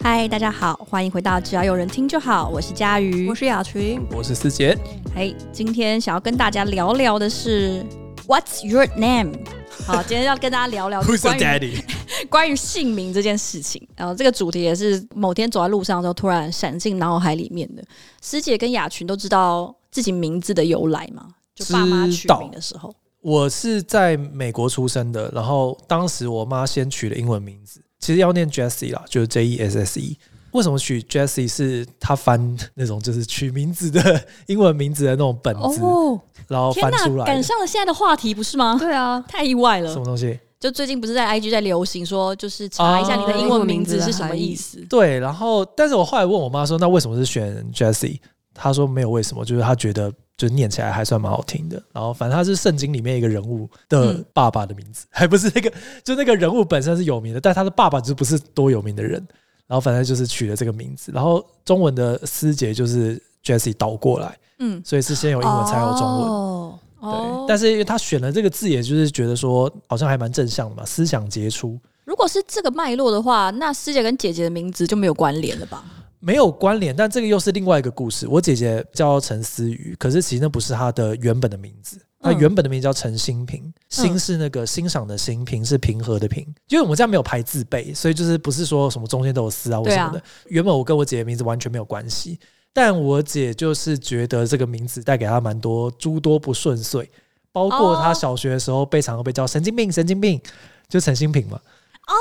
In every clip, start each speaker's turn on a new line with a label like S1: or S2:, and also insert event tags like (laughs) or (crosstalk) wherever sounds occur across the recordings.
S1: 嗨，大家好，欢迎回到只要有人听就好，我是佳瑜，
S2: 我是雅群。
S3: 我是思杰，
S1: 哎，今天想要跟大家聊聊的是 What's your name？好，今天要跟大家聊聊
S3: Who's
S1: 关
S3: your
S1: 于
S3: daddy？
S1: 关于姓名这件事情。然后这个主题也是某天走在路上的时候突然闪进脑海里面的。师姐跟雅群都知道自己名字的由来吗？就爸妈取
S3: 知道
S1: 名的时候，
S3: 我是在美国出生的，然后当时我妈先取的英文名字，其实要念 Jessie 啦，就是 J E S S E。为什么取 Jessie 是她翻那种就是取名字的 (laughs) 英文名字的那种本子，
S1: 哦，
S3: 然后
S1: 天
S3: 翻出
S1: 呐，
S3: 来
S1: 赶
S3: 的
S1: 上了现在的话题，不是吗？
S2: 对啊，
S1: 太意外
S3: 什
S1: 了
S3: 么！东西？
S1: 就最近不是在 IG 在流行说，就是查一下你的英文名字是什么意思？
S3: 对，然后但是我后来问我妈说，那为什么是选 Jessie？她说没有为什么，就是她觉得就念起来还算蛮好听的。然后反正她是圣经里面一个人物的
S1: 嗯
S3: 爸爸的名字， (laughs) 还不是那个，就那个人物本身是有名的，但他的爸爸就不是多有名的人。然后反正就是取了这个名字，然后中文的师姐就是 Jessie 倒过来，
S1: 嗯，
S3: 所以是先有英文才有中文。
S1: 哦，哦
S3: 对，但是因为她选了这个字，也就是觉得说好像还蛮正向的嘛，思想杰出。
S1: 如果是这个脉络的话，那师姐跟姐姐的名字就没有关联了吧？
S3: 没有关联，但这个又是另外一个故事。我姐姐叫陈思雨，可是其实那不是她的原本的名字，她
S1: 嗯
S3: 原本的名字叫陈欣平，欣是那个欣赏的欣，平是平和的平。因为我们家没有排字辈，所以就是不是说什么中间都有思啊或
S1: 对
S3: 什
S1: 啊
S3: 么的。原本我跟我姐姐名字完全没有关系，但我姐就是觉得这个名字带给她蛮多诸多不顺遂，包括她
S1: 哦
S3: 小学的时候被常常被叫神经病，神经病，就陈欣平嘛。哦，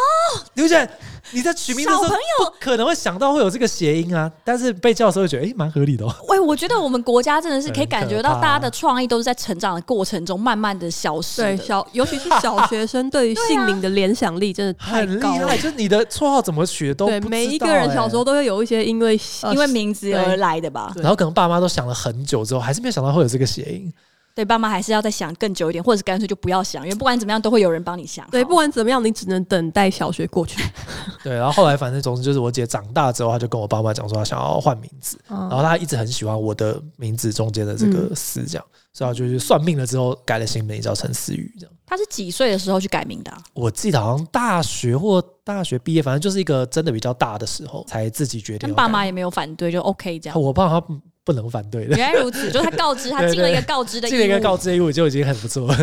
S3: 刘姐，你在取名的时
S1: 小
S3: 候
S1: 朋友，
S3: 可能会想到会有这个谐音啊，但是被叫的时候会觉得，哎、蛮合
S2: (laughs)
S3: 理的哦。
S1: 喂，我觉得我们国家真的是可以
S3: 很可
S1: 感觉到
S3: 怕
S1: 大家的创意都是在成长的过程中慢慢的消失
S2: 对
S1: 的。
S2: 小，尤其是小学生对于
S1: 对啊
S2: 姓名的联想力真的太
S3: 很厉
S2: 高了
S3: 害，。就是你的绰号怎么取的都
S2: 对，
S3: 不知道
S2: 每一个人小时候
S3: 哎
S2: 都会有一些因为呃
S1: 因为名字
S2: 对
S1: 而来的吧，
S3: 然后可能爸妈都想了很久之后，还是没有想到会有这个谐音。
S1: 对，爸妈还是要再想更久一点，或者是干脆就不要想，因为不管怎么样都会有人帮你想好。
S2: 对，不管怎么样，你只能等待小学过
S3: (laughs)
S2: 去。 (laughs)
S3: 对，然后后来反正总之就是我姐长大之后，她就跟我爸妈讲说她想要换名字，
S2: 嗯
S3: 然后她一直很喜欢我的名字中间的这个“思”这样，
S2: 嗯
S3: 所以她就去算命了之后改了新名叫陈思雨这样。
S1: 他是几岁的时候去改名的啊、
S3: 我记得好像大学或大学毕业，反正就是一个真的比较大的时候才自己决定
S1: 但
S3: 要改。
S1: 爸妈也没有反对，就 OK
S2: (laughs)
S1: 这样。
S3: 我爸妈不能反对的
S1: 原，来如此，就是他告知他
S3: 对对
S1: 尽了一个告知的义务。
S3: 这个一个告知义务就已经很不错了。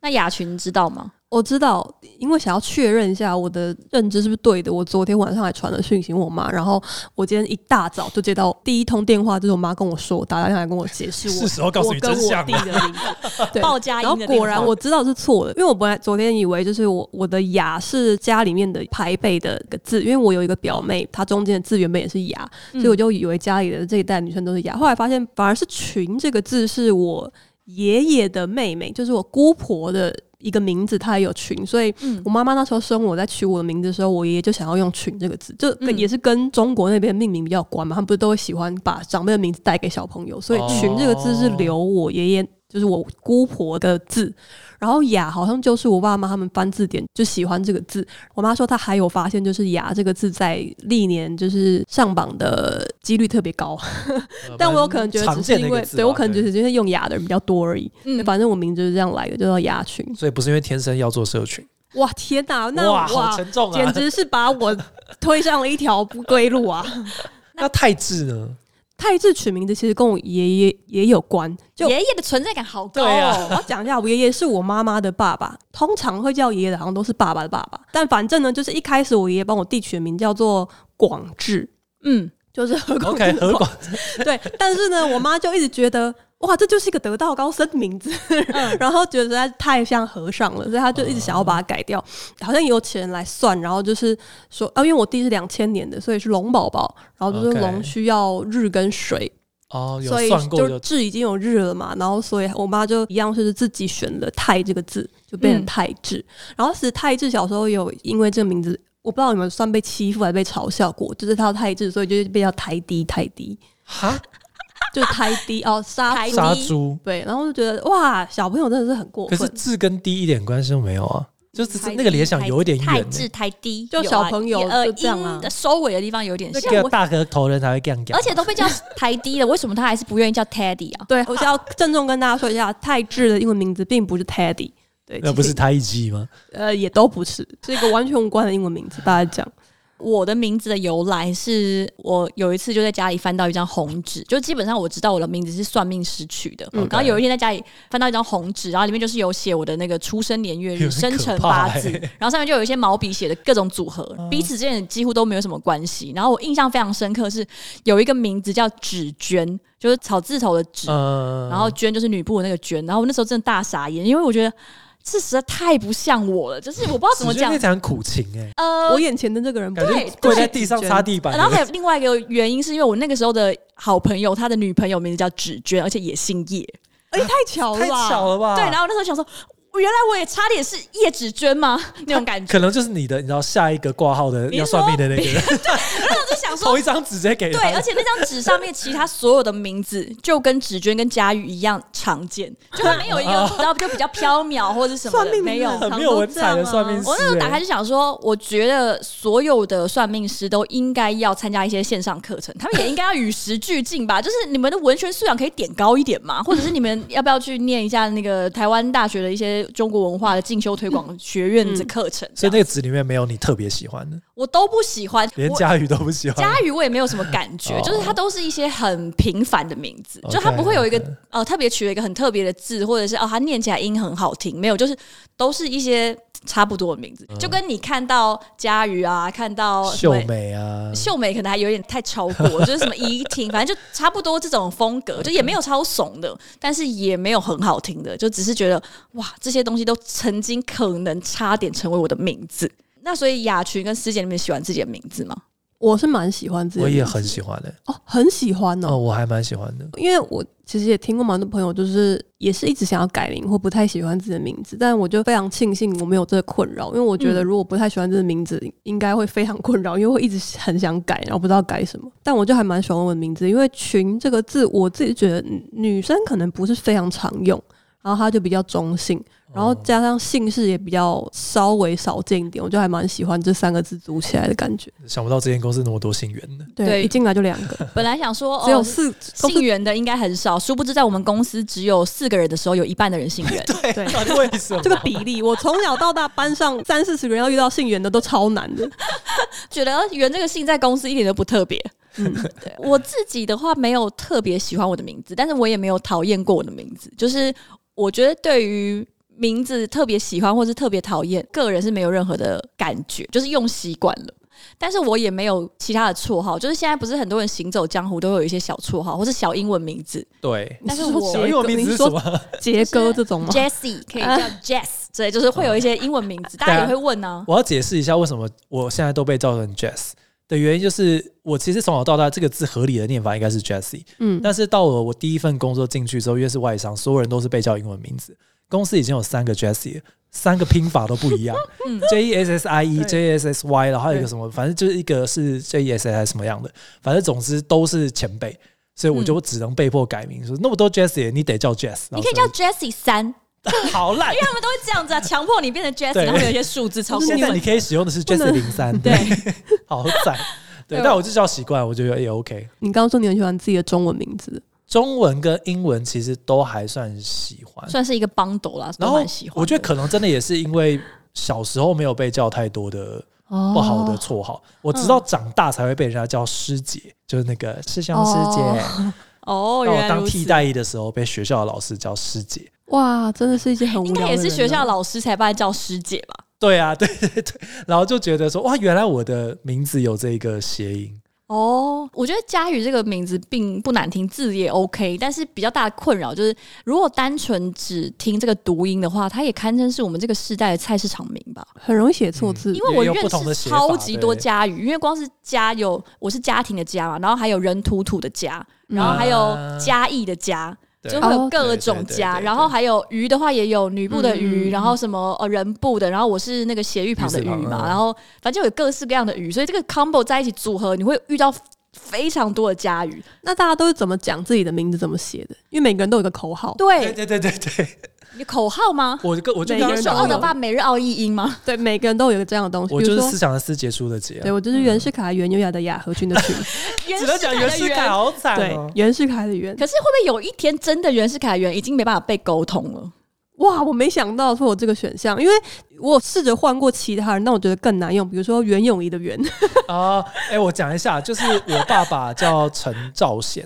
S1: 那雅群知道吗？
S2: 我知道，因为想要确认一下我的认知是不是对的，我昨天晚上还传了讯息问我妈，然后我今天一大早就接到第一通电话，就是我妈跟我说，打电话来跟我解释我
S3: 是时候告诉你真相
S2: 我跟
S3: 了
S2: 我弟的名
S3: (laughs)
S2: 字，对，
S1: 报佳音
S2: 然后
S1: 的
S2: 果然
S1: 电话
S2: 我知道是错的，因为我本来昨天以为就是我我的雅是家里面的排辈的一个字，因为我有一个表妹，她中间的字原本也是雅，
S1: 嗯
S2: 所以我就嗯以为家里的这一代女生都是雅，后来发现反而是群这个字是我爷爷的妹妹，就是我姑婆的一个名字，她也有群，所以
S1: 嗯
S2: 我妈妈那时候生我在取我的名字的时候，我爷爷就想要用“群”这个字，就跟
S1: 嗯
S2: 也是跟中国那边命名比较有关嘛，他们不是都会喜欢把长辈的名字带给小朋友，所以
S3: 哦
S2: “群”这个字是留我爷爷。就是我姑婆的字，然后雅好像就是我爸妈他们翻字典就喜欢这个字。我妈说她还有发现，就是雅这个字在历年就是上榜的几率特别高， (laughs) 但我有可能觉得只
S3: 哦常
S2: 是
S3: 见
S2: 因
S3: 的一个
S2: 为
S3: 字吧啊
S2: 对我可能只是因为用雅的人比较多而已。
S1: 嗯，
S2: 反正我名字就是这样来的，就叫雅群。
S3: 所以不是因为天生要做社群，
S2: 哇天哪，那
S3: 哇，好沉重
S2: 简
S3: 啊！
S2: 直是把我推上了一条不归路啊！
S3: (laughs) 那泰智 (laughs) 呢？
S2: 泰智取名字其实跟我爷爷也有关，就
S1: 爷爷的存在感好高
S3: 对
S1: 哦
S3: 啊。
S2: (laughs) 我要讲一下，我爷爷是我妈妈的爸爸，通常会叫爷爷的，好像都是爸爸的爸爸。但反正呢，就是一开始我爷爷帮我弟取的名叫做广志，
S1: 嗯，
S2: 就是何 (laughs) 广
S3: OK，
S2: 志的
S3: 何广
S2: 对，但是呢，我妈就一直觉得。哇，这就是一个得道高僧的名字，
S3: 嗯
S2: (laughs) 然后觉得实在太像和尚了，所以她就一直想要把它改掉。好像有钱人来算，然后就是说，啊，因为我弟是两千年的，所以是龙宝宝，然后就是
S3: OK
S2: 龙需要日跟水
S3: 哦，有
S2: 所以
S3: 算过
S2: 就
S3: 就
S2: 字已经有日了嘛，然后所以我妈就一样是自己选了泰这个字，就变成
S1: 嗯
S2: 泰智。然后其实泰智小时候有因为这个名字，我不知道你们算被欺负还是被嘲笑过，就是他泰智，所以就是被叫台低台低，
S3: 哈
S2: 就是台低哦杀
S1: 台
S2: 猪
S3: 杀猪，
S2: 对，然后就觉得哇，小朋友真的是很过
S3: 可是
S2: 分。
S3: 智跟低一点关系都没有啊，就只是那个联想有一点
S1: 太
S3: 远欸
S1: 智
S3: 呢。
S1: 太低，
S2: 就
S1: 有啊
S2: 小朋友
S1: 也呃
S2: 就这样啊
S1: 音的收尾的地方有点
S3: 那
S1: 像，
S3: 个
S1: 我
S3: 大额头人才会这样讲，啊
S1: 而且都被
S3: (laughs)
S1: 叫台低了，为什么他还是不愿意叫 Teddy 啊？
S2: 对，我是要郑重跟大家说一下，泰智的英文名字并不是 Teddy，对，
S3: 那不
S2: 其实
S3: 是太一吗？
S2: 呃，也都不是，是一个完全无关的英文名字。大家讲，
S1: 我的名字的由来是我有一次就在家里翻到一张红纸，就基本上我知道我的名字是算命师取的。
S3: 嗯
S1: 然后有一天在家里翻到一张红纸，然后里面就是有写我的那个出生年月日、生辰八字，
S3: 有点可怕欸嗯
S1: 然后上面就有一些毛笔写的各种组合，彼此之间几乎都没有什么关系。然后我印象非常深刻是有一个名字叫纸娟，就是草字头的纸，
S3: 嗯，
S1: 然后娟就是女部的那个娟。然后我那时候真的大傻眼，因为我觉得这实在太不像我了，就是我不知道怎么
S3: 只觉得
S1: 讲
S3: 那。场苦情哎，
S1: 呃，
S2: 我眼前的这个人不
S3: 感觉
S1: 对
S3: 跪在地上
S2: 对
S3: 擦地板的，
S1: 然后还有另外一个原因，是因为我那个时候的好朋友，他的女朋友名字叫芷娟，而且也姓叶。
S2: 哎、太巧
S3: 太
S2: 了吧！
S3: 巧了吧？
S1: 对，然后我那时候想说，原来我也差点是叶芷娟吗？那种
S3: (laughs)
S1: 感觉。
S3: 可能就是你的，你知道下一个挂号的
S1: 你是
S3: 要算命的那个人，
S1: 然后我就想说
S3: 头，一张纸直接给
S1: 对，
S3: 他
S1: 而且那张纸上面其他所有的名字就跟芷娟跟佳玉一样常见，就是没有
S3: (laughs)
S1: 一个，
S3: 哦
S1: 然后就比较缥缈或者是什么
S2: 算
S1: 的，
S2: 命
S1: 没有。
S2: 很
S3: 很没有文采的算命师、
S1: 啊
S3: 欸
S1: 我那时候打开就想说，我觉得所有的算命师都应该要参加一些线上课程，他们也应该要与时俱进吧。就是你们的文学素养可以点高一点嘛，或者是你们要不要去念一下那个台湾大学的一些中国文化的进修推广学院的课程？
S3: 嗯所
S1: 这
S3: 以
S1: 样
S3: 那个纸里面没有你特别喜欢的，
S1: 我都不喜欢，
S3: 连
S1: 我
S3: 佳宇都不 (laughs) 喜欢。
S1: 佳宇我也没有什么感觉，
S3: 哦
S1: 就是它都是一些很平凡的名字，
S3: OK，
S1: 就它不会有一个
S3: OK
S1: 呃特别取了一个很特别的字，或者是哦它念起来音很好听，没有，就是都是一些差不多的名字，就跟你看到佳宇啊，看到什
S3: 嗯秀
S1: 么
S3: 美啊，
S1: 秀美可能还有点太超
S3: (laughs)
S1: 过，就是什么怡婷，反正就差不多这种风格，就也没有超怂的，但是也没有很好听的，就只是觉得哇，这些东西都曾经可能差点成为我的名字。那所以雅群跟师姐，你们喜欢自己的名字
S3: (laughs)
S1: 吗？
S2: 我是蛮喜欢自己的
S3: 我
S2: 名字，
S3: 也很喜欢的、
S1: 嗯
S2: 哦，很喜欢
S3: 哦，
S2: 哦，
S3: 我还蛮喜欢的。
S2: 因为我其实也听过蛮多朋友，就是也是一直想要改名或不太喜欢自己的名字，但我就非常庆幸我没有这个困扰，因为我觉得
S1: 嗯
S2: 如果不太喜欢这个名字，应该会非常困扰，因为会一直很想改，然后不知道改什么。但我就还蛮喜欢我的名字，因为“群”这个字，我自己觉得嗯女生可能不是非常常用，然后它就比较中
S3: 哦
S2: 性。然后加上姓氏也比较稍微少见一点，我就还蛮喜欢这三个字组起来的感觉。
S3: 想不到这间公司那么多信源的，
S1: 对
S2: 对，一进来就两个，
S1: 本来想说
S2: 只有
S1: 哦
S2: 四公司
S1: 姓袁的应该很少，殊不知在我们公司只有四个人的时候，有一半的人姓 (laughs) 袁。
S2: 对
S3: (laughs) 到底为什么？
S2: 这个比例，我从小到大班上三四十个人要遇到姓袁的都超难
S1: (laughs)
S2: 的。
S1: 觉得呃袁这个姓在公司一点都不特别。
S2: 嗯，
S1: 对我自己的话，没有特别喜欢我的名字，但是我也没有讨厌过我的名字。就是我觉得对于名字特别喜欢或是特别讨厌，个人是没有任何的感觉，就是用习惯了。但是我也没有其他的绰号，就是现在不是很多人行走江湖都会有一些小绰号或是小英文名字，
S3: 对。
S1: 但是
S2: 你说
S1: 我
S3: 小英文名字是什么？
S2: 杰哥这种吗？
S1: Jessie 可以 (laughs) 叫 Jess，所以就是会有一些英文名字，大家也会问啊。
S3: 我要解释一下为什么我现在都被叫成 Jess 的原因，就是我其实从小到大这个字合理的念法应该是 Jessie，
S2: 嗯，
S3: 但是到了我第一份工作进去之后，因为是外商，所有人都是被叫英文名字。公司已经有三个 Jessie，了三个拼法都不一样
S1: 嗯
S3: (laughs) ，J E S S I E、J E S S Y，然后还有一个
S2: 对
S3: 什么，反正就是一个是 J E S S 还是什么样的，反正总之都是前辈，所以我就只能被迫改名，说那么多 Jessie，你得叫 Jess，
S1: 嗯你可以叫 Jessie 三，因
S3: 好烂
S1: 为。 (laughs) 他们都会这样子啊，强迫你变成 Jessie，
S3: 对
S1: 然后有一些数字超过
S3: 现
S1: 你
S3: 在
S1: 们
S3: 你。可以使用的是 Jessie 零三，
S1: 对，
S3: (laughs) 好赞。对，
S1: 对
S3: 但我就叫习惯，我觉得也 OK。
S2: 你刚刚说你很喜欢自己的中文名字，
S3: 中文跟英文其实都还算喜欢，
S1: 算是一个帮斗啦，
S3: 然
S1: 都
S3: 后
S1: 蛮喜欢的。
S3: 我觉得可能真的也是因为小时候没有被叫太多的
S2: 哦
S3: 不好的绰号，我直到
S1: 嗯
S3: 长大才会被人家叫师姐，就是那个师兄师姐。
S1: 哦，
S3: 当
S1: 原
S3: 我
S1: 来
S3: 当
S1: 如
S3: 替
S1: 此，
S3: 代役的时候，被学校的老师叫师姐。
S2: 哇，真的是一件很无
S1: 应
S2: 聊
S1: 该
S2: 的
S1: 也
S2: 人
S3: 啊
S2: 啊呢
S1: 是学校老师才把你叫师姐吧？
S3: 对啊， (laughs) 对对对，然后就觉得说哇，原来我的名字有这个谐音。
S1: 哦，我觉得佳宇这个名字并不难听，字也 OK，但是比较大的困扰就是，如果单纯只听这个读音的话，它也堪称是我们这个世代的菜市场名吧。
S2: 很容易写
S3: 嗯
S2: 错字
S1: 因，为我
S3: 也有不
S1: 认
S3: 同的
S1: 识
S3: 写法
S1: 超级多
S3: 对
S1: 家语，因为光是家有我是家庭的家嘛，然后还有人土土的家，
S2: 嗯
S1: 然后还有
S3: 啊
S1: 家义的家。
S3: 对
S1: 就会有
S2: 哦
S1: 各
S3: 对对
S1: 种
S3: 对
S1: 家，
S3: 对
S1: 然后还有鱼的话也有女部的
S2: 嗯
S1: 鱼，
S2: 嗯嗯
S1: 然后什么呃人部的，然后我是那个斜玉旁的
S3: 鱼
S1: 鱼
S3: 字旁
S1: 嘛，
S3: 嗯
S1: 然后反正有各式各样的鱼，所以这个 combo 在一起组合，你会遇到非常多的家鱼。
S2: 那大家都是怎么讲自己的名字怎么写的？因为每个人都有一个口号，
S3: 对
S1: 对，
S3: 对对对对，
S1: 你口号吗？
S3: 我就跟我就
S2: 每
S3: 刚
S2: 个
S1: 你
S3: 刚
S1: 是
S2: 人都
S1: 奥
S3: 讲
S1: 德
S2: 有
S3: 了，
S1: 曼每日奥译英吗？
S2: 对，每个人都有一个这样的东西，
S3: 我
S2: 比
S3: 就
S2: 如
S3: 是
S2: 说
S3: 思。想的思杰出的杰啊，
S2: 对，我就是袁世凯、袁优雅的雅和君的
S3: (laughs)
S2: 群，
S1: 袁
S3: (laughs) 只能讲袁世凯
S1: 元。
S3: 好惨
S2: 对
S3: 哦，。
S2: 袁世凯的袁，
S1: 可是会不会有一天真的袁世凯元已经没办法被沟通了？
S2: 哇，我没想到会有这个选项，因为我有试着换过其他人，但我觉得更难用，比如说袁咏仪的袁，
S3: 啊，哎、我讲一下，就是我爸爸叫陈兆贤，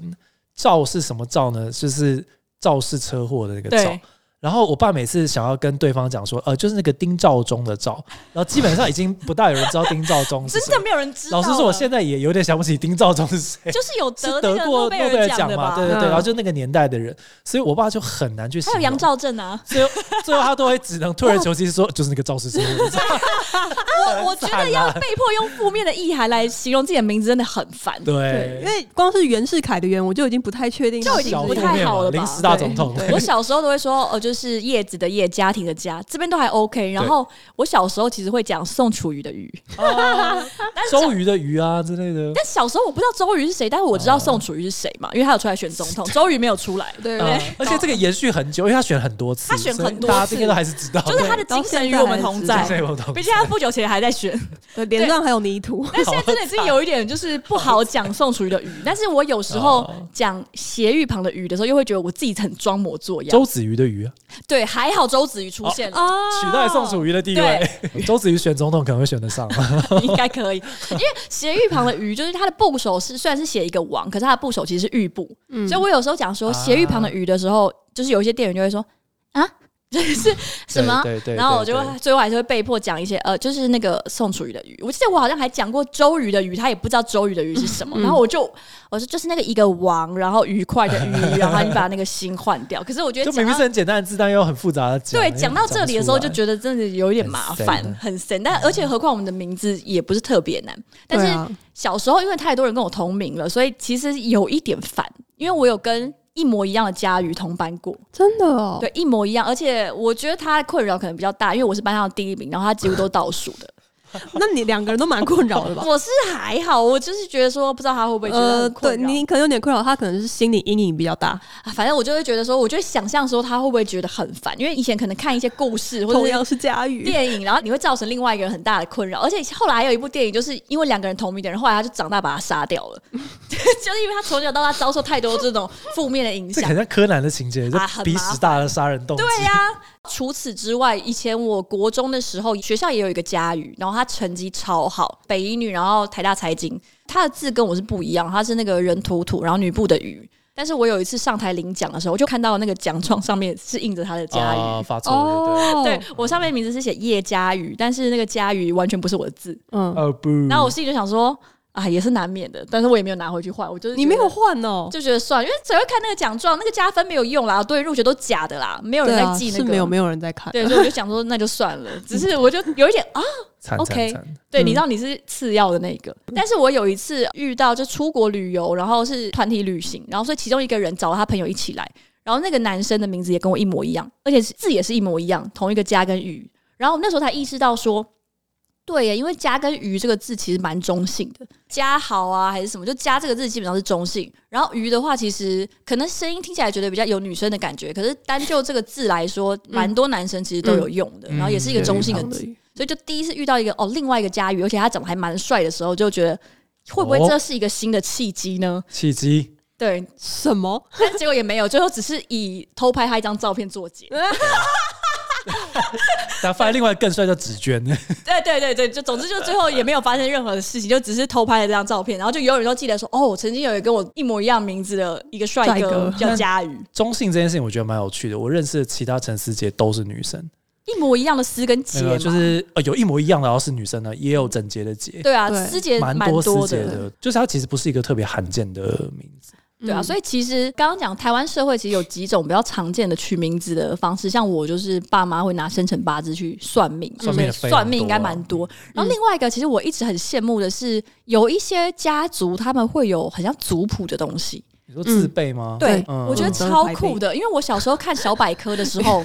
S3: 兆是什么兆呢？就是肇事车祸的那个兆
S1: 对。
S3: 然后我爸每次想要跟对方讲说，呃，就是那个丁兆中的兆，然后基本上已经不大有人知道丁兆中是
S1: 真
S3: 谁
S1: 的。没有人知道
S3: 老
S1: 了。
S3: 实说，我现在也有点想不起丁兆中是谁，
S1: 就是有
S3: 是
S1: 得那
S3: 得
S1: 个
S3: 过诺
S1: 贝
S3: 贝尔
S1: 尔
S3: 奖
S1: 的
S3: 嘛？
S1: 吧？
S3: 对对对，
S2: 嗯
S3: 然后就那个年代的人，所以我爸就很难去形
S1: 还有
S3: 容。
S1: 杨兆正啊，
S3: 最后最后他都会只能退而求其次说，就是那个肇事
S1: (laughs)
S3: 车祸。
S1: 我我觉得要
S3: 很
S1: 被
S3: 惨啊
S1: 迫用负面的意涵来形容自己的名字，真的很烦。
S3: 对
S2: 对，因，为光是袁世凯的袁，我就已经不太确定，
S1: 就已经
S3: 小
S1: 不
S3: 负
S1: 太
S3: 面
S1: 好
S3: 嘛
S1: 了吧
S3: 临时大总统，
S1: 我小时候都会说，呃，就是叶子的叶，家庭的家，这边都还 OK。然后我小时候其实会讲宋楚瑜的瑜，
S3: 啊周瑜的瑜啊之类的。
S1: 但小时候我不知道周瑜是谁，但是我知道宋楚瑜是谁嘛，因为他有出来选总统，
S3: (laughs)
S1: 周瑜没有出来，
S2: (laughs) 对
S3: 啊而且这个延续很久，因为他选很多次，
S1: 他选很多
S3: 所以大家
S1: 次
S3: 应该都还是知道，
S1: 就是他的
S2: 对
S1: 精神与我们同
S2: 到
S1: 在
S2: 现。
S3: 这我懂。
S1: 毕竟他不久前还在
S3: (laughs)
S1: 选，
S2: 对脸上还有泥土，
S1: 但现在真的是有一点就是不好讲宋楚瑜的瑜。但是我有时候
S3: 哦
S1: 讲斜玉旁的瑜的时候，又会觉得我自己很装模作样。
S3: 周子瑜的瑜啊，
S1: 对，还好周子瑜出现了，
S2: (laughs) 哦
S3: 取代宋楚瑜的地位， (laughs) 周子瑜选总统可能会选得上。 (laughs)
S1: 应该可以，因为斜玉旁的鱼就是它的部首是虽然是写一个王，可是它的部首其实是玉部，
S2: 嗯
S1: 所以我有时候讲说
S3: 啊
S1: 斜玉旁的鱼的时候，就是有一些店员就会说啊， (laughs) (laughs) 就是什么。
S3: 对对对，
S1: 然后我就
S3: 对
S1: 会最后还是会被迫讲一些呃，就是那个宋楚瑜的鱼，我记得我好像还讲过周瑜的鱼，他也不知道周瑜的鱼是什
S3: 嗯
S1: 么。然后我就我说就是那个一个王，然后愉快的
S3: (laughs)
S1: 愉，然后你把那个心换掉。可是我觉
S3: 就
S1: 得
S3: 明
S1: 讲
S3: 明
S1: 到
S3: 是很简单的字，但又很复杂的讲。
S2: 哎
S3: 哎
S1: 对，
S3: 因为
S1: 讲到这里的时候就
S3: 得
S1: 觉得真的有一点麻
S3: 很
S1: 烦
S3: 神啊，
S1: 很神。但而且何况我们的名字也不是特别难，但
S2: 嗯对
S1: 是
S2: 啊
S1: 小时候因为太多人跟我同名了，所以其实有一点烦，因为我有跟。一模一样的佳瑜同班过，
S2: 真的哦，
S1: 对，一模一样，而且我觉得他的困扰可能比较大，因为我是班上的第一名，然后他几乎都倒数的。
S2: 那你两个人都蛮困扰
S1: (laughs)
S2: 的吧？
S1: 我是还好，我就是觉得说，不知道他会不会觉得
S2: 呃，
S1: 很
S2: 对
S1: 困扰、
S2: 你可能有点困扰，他可能是心理阴影比较大，
S1: 啊反正我就会觉得说，我就会想象说他会不会觉得很烦，因为以前可能看一些故事或者
S2: 同
S1: 是
S2: 样是佳宇，
S1: (laughs) 电影，然后你会造成另外一个人很大的困扰。而且后来还有一部电影，就是因为两个人同名的人，后来他就长大把他杀掉了， (laughs) 就是因为他从小到大遭受太多这种负面的影
S3: (laughs) 这个
S1: 响
S3: 很。像柯南的情节，就
S1: 啊很麻烦
S3: 逼死大的杀人动机。
S1: 对呀、除此之外，以前我国中的时候，学校也有一个佳瑜，然后她成绩超好，北一女，然后台大财经，她的字跟我是不一样，她是那个人土土，然后女部的鱼。但是我有一次上台领奖的时候，我就看到那个奖状上面是印着她的佳瑜。
S3: 啊，发错了，
S1: 对，我上面名字是写叶佳瑜，但是那个佳瑜完全不是我的字， (laughs)
S3: 对
S2: 嗯，
S3: 呃不，
S1: 然后我心里就想说，啊，也是难免的，但是我也没有拿回去换，我就是
S2: 你
S1: 觉
S2: 没
S1: 得
S2: 有换哦，
S1: 就觉得算了，因为只会看那个奖状，那个加分没有用啦，对入学都假的啦，没有人
S2: 对
S1: 在
S2: 啊，
S1: 记那
S2: 是
S1: 个，
S2: 没有没有人在看，
S1: 对，所以我就想说那就算了，只是我就有一点啊，
S3: 惨惨
S1: OK
S3: 惨，
S1: 对，
S2: 嗯
S1: 你知道你是次要的那一个，但是我有一次遇到就出国旅游，然后是团体旅行，然后所以其中一个人找了他朋友一起来，然后那个男生的名字也跟我一模一样，而且是字也是一模一样，同一个家跟鱼，然后我那时候才意识到说。对耶，因为“家”跟“鱼”这个字其实蛮中性的，“家好”啊还是什么，就“家”这个字基本上是中性。然后“鱼”的话，其实可能声音听起来觉得比较有女生的感觉，可是单就这个字来说，蛮多男生其实都有用的，
S3: 嗯
S1: 然后也是一个
S3: 嗯
S1: 中性的
S2: 长
S1: 字
S2: 的。鱼
S1: 所以就第一次遇到一个哦，另外一个佳宇，而且他长得还蛮帅的时候，就觉得会不会这是一个新的契机呢？
S3: 契机。
S1: 对，
S2: 什么？
S1: 但结果也没有，最后只是以偷拍他一张照片作结。
S3: 但发现另外更帅叫紫娟， (laughs)
S1: 对对对对，就总之就最后也没有发生任何的事情，就只是偷拍了这张照片，然后就有人都记得说，哦，曾经有一个跟我一模一样名字的一个帅
S2: 帅
S1: 哥
S2: 哥
S1: 叫佳宇，
S3: 中性这件事情我觉得蛮有趣的。我认识的其他陈思杰都是女生，
S1: 一模一样的思跟杰
S3: 没有
S1: 嘛，
S3: 就是呃有一模一样的，然后是女生的，也有整洁的洁，
S1: 对啊，
S2: 对
S1: 思杰
S3: 蛮
S1: 蛮
S3: 思
S1: 多
S3: 杰
S1: 的。
S3: 的，就是它其实不是一个特别罕见的名字。
S1: 对啊，所以其实刚刚讲台湾社会其实有几种比较常见的取名字的方式，像我就是爸妈会拿生辰八字去算命嘛，
S3: 算命的
S1: 所
S3: 非
S1: 以
S3: 常多啊嗯
S1: 算命应该蛮多。然后另外一个，其实我一直很羡慕的是，有一些家族他们会有很像族谱的东西，
S3: 你说自备吗？
S1: 嗯对，
S3: 嗯
S1: 我觉得超酷的。因为我小时候看小百科的时候。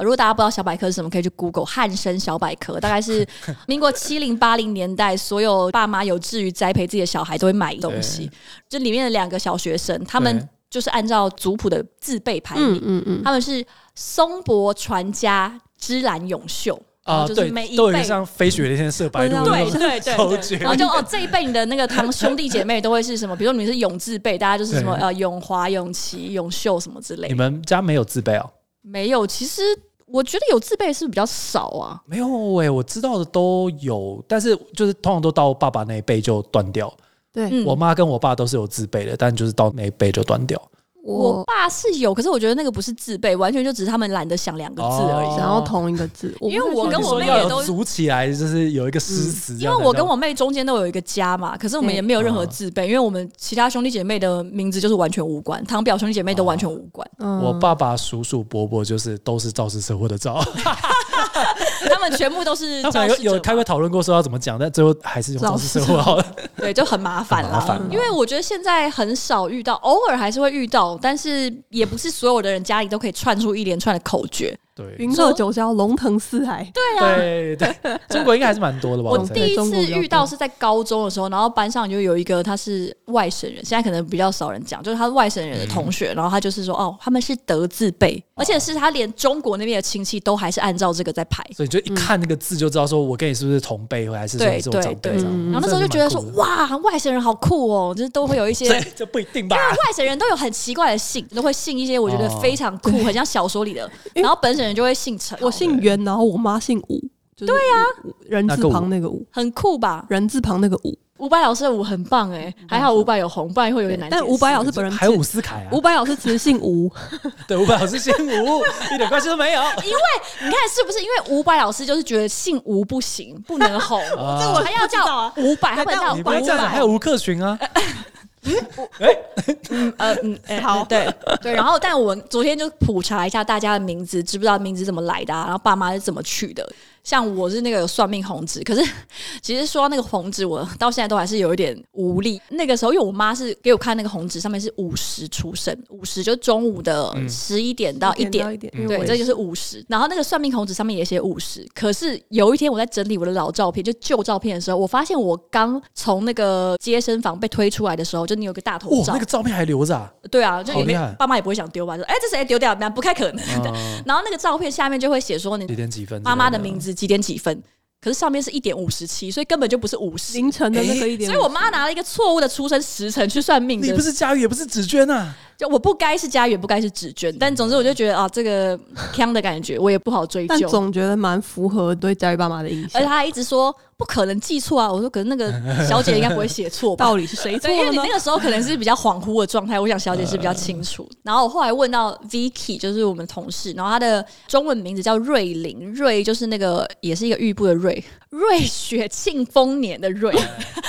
S1: 如果大家不知道小百科是什么，可以去 Google 汉生小百科，大概是民国七零八零年代，所有爸妈有志于栽培自己的小孩都会买东西。就里面的两个小学生，他们
S3: 对
S1: 就是按照族谱的字辈排
S2: 嗯
S1: 名，
S2: 嗯嗯，
S1: 他们是松柏传家芝兰永秀
S3: 啊，
S1: 就是
S3: 对
S1: 每，一
S3: 都有一
S1: 辈嗯
S3: 个像飞雪连天射白鹿，
S2: 啊
S1: 对对
S3: 头
S1: 对
S3: 觉
S1: 对，然后就哦，这一辈你的那个堂兄弟姐妹都会是什么？比如说你们是永字辈，大家就是什么
S3: 对
S1: 呃永华、永琪、永秀什么之类
S3: 你
S1: 的。
S3: 们家没有自备哦？
S1: 没有，其实我觉得有自卑是比较少啊。
S3: 没有哎、我知道的都有，但是就是通常都到爸爸那一辈就断掉。
S2: 对、
S1: 嗯，
S3: 我妈跟我爸都是有自卑的，但就是到那一辈就断掉。
S1: 我
S2: 我
S1: 爸是有，可是我觉得那个不是自卑，完全就只是他们懒得想两个字而已。
S3: 哦
S2: 想要同一个字，
S1: 因为我
S2: 不太
S1: 跟
S2: 确
S1: 我妹
S3: 你说要
S1: 也
S3: 有
S1: 都嗯
S3: 组起来，就是有一个诗词这
S1: 因
S3: 样
S1: 为
S3: 的。
S1: 我跟我妹中间都有一个家嘛，可是我们
S2: 对
S1: 也没有任何自
S3: 哦
S1: 卑，因为我们其他兄弟姐妹的名字就是完全无关，堂表兄弟姐
S3: 哦
S1: 妹都完全无关，
S2: 定
S3: 我爸爸、叔叔、伯伯，就是都是肇事车祸的肇。
S1: 他们全部都 (laughs)
S3: (laughs)
S1: 是
S3: 他
S1: 肇
S3: 们
S1: 事
S3: 有
S1: 者
S3: 有开
S1: 嘛
S3: 会讨论过说要怎么讲，但最后还是用肇事车祸好了。
S1: 对，就很麻烦啦。
S3: 很麻烦啦啊
S1: 因为我觉得现在很少遇到，偶尔还是会遇到，但是也不是所有的人家里都可以串出一连串的口诀。
S3: (laughs) 对
S2: 云鹤九霄，龙腾四海，
S1: 对啊，
S3: 对对，中国应该还是蛮多的吧？
S1: (laughs) 我
S3: 我猜
S1: 第一
S2: 中国
S1: 次
S2: 比较多
S1: 遇到是在高中的时候，然后班上就有一个他是外省人，现在可能比较少人讲，就是他是外省人的同学，然后他就是说哦，他们是德字辈，而且是他连中国那边的亲戚都还是按照这个在排。
S3: 所以你就一看那个字就知道，说我跟你是不是同辈，还是说
S1: 对
S3: 你是我长辈
S1: 对
S3: 这样？
S2: 对
S1: 然后那时候就觉得说
S3: 嗯，
S1: 哇，外省人好酷哦，就是都会有一
S2: (laughs)
S1: 些
S3: 这这不一定吧？
S1: 外省人都有很奇怪的姓，都会姓一些我觉得非常酷，很像小说里的。然后本省人就会姓陈，
S2: 我姓袁，然后我妈姓武，对
S1: 啊
S2: 呀、人字旁那个武，
S1: 很酷吧？
S2: 人字旁那个武。
S1: 伍佰老师的舞很棒哎、还好伍佰有红，不然会有点难解释。
S2: 但伍佰老师本人
S3: 还有伍思凯啊
S2: 伍，佰老师其实姓吴，
S3: 对，伍佰老师姓伍，一点关系
S1: (laughs)
S3: 都没有。
S1: 你看是不是？因为伍佰老师就是觉得姓吴不行，不能红，
S2: 哦
S1: (laughs)
S3: 啊
S1: 这我还要叫伍佰，他不能叫
S3: 你
S1: 伍
S3: 不会这样讲，还
S1: 佰
S3: 有。吴克群啊， (laughs) 哎
S1: 呃嗯，哎
S2: 好
S1: 对对。然后，但我昨天就普查一下大家的名字，知不知道名字怎么来的、啊，然后爸妈是怎么取的。像我是那个有算命红纸，可是其实说到那个红纸，我到现在都还是有一点无力。那个时候，因为我妈是给我看那个红纸，上面是午时出生，午时就是中午的十一点到一点
S2: 到。一点，
S3: 嗯
S2: 因为我
S1: 对，
S2: 也
S1: 这就是五十。然后那个算命孔子上面也写五十，可是有一天我在整理我的老照片，就旧照片的时候，我发现我刚从那个接生房被推出来的时候，就你有个大头
S3: 哇，
S1: 照，
S3: 哦那个照片还留着啊。
S1: 对啊，就也没
S3: 好厉害
S1: 爸妈也不会想丢吧，就哎、这谁丢掉？那不太可能。
S3: 嗯
S1: 然后那个照片下面就会写说
S3: 几
S1: 你
S3: 点几分？
S1: 妈妈的名。字几点几分，可是上面是一点五十七，所以根本就不是五十。
S2: 凌晨的那个一点
S1: 哎所以，我妈拿了一个错误的出生时辰去算命的，
S3: 你不是佳玉，也不是紫娟啊，
S1: 就我不该是家园，不该是纸卷，但总之我就觉得啊，这个腔的感觉我也不好追
S2: 但
S1: 究。
S2: 总觉得蛮符合对教育爸妈的印
S1: 而且
S2: 象。
S1: 他还一直说不可能记错啊！我说可是那个小姐应该不会写错
S2: (laughs)
S1: 吧？
S2: 到底是谁错
S1: 对，因为
S2: 了
S1: 你
S2: 呢
S1: 那？个时候可能是比较恍惚的状态，我想小姐是比较清楚。然后我后来问到 Vicky，就是我们同事，然后她的中文名字叫瑞玲，瑞就是那个也是一个玉部的瑞，瑞雪庆丰年的瑞， (laughs)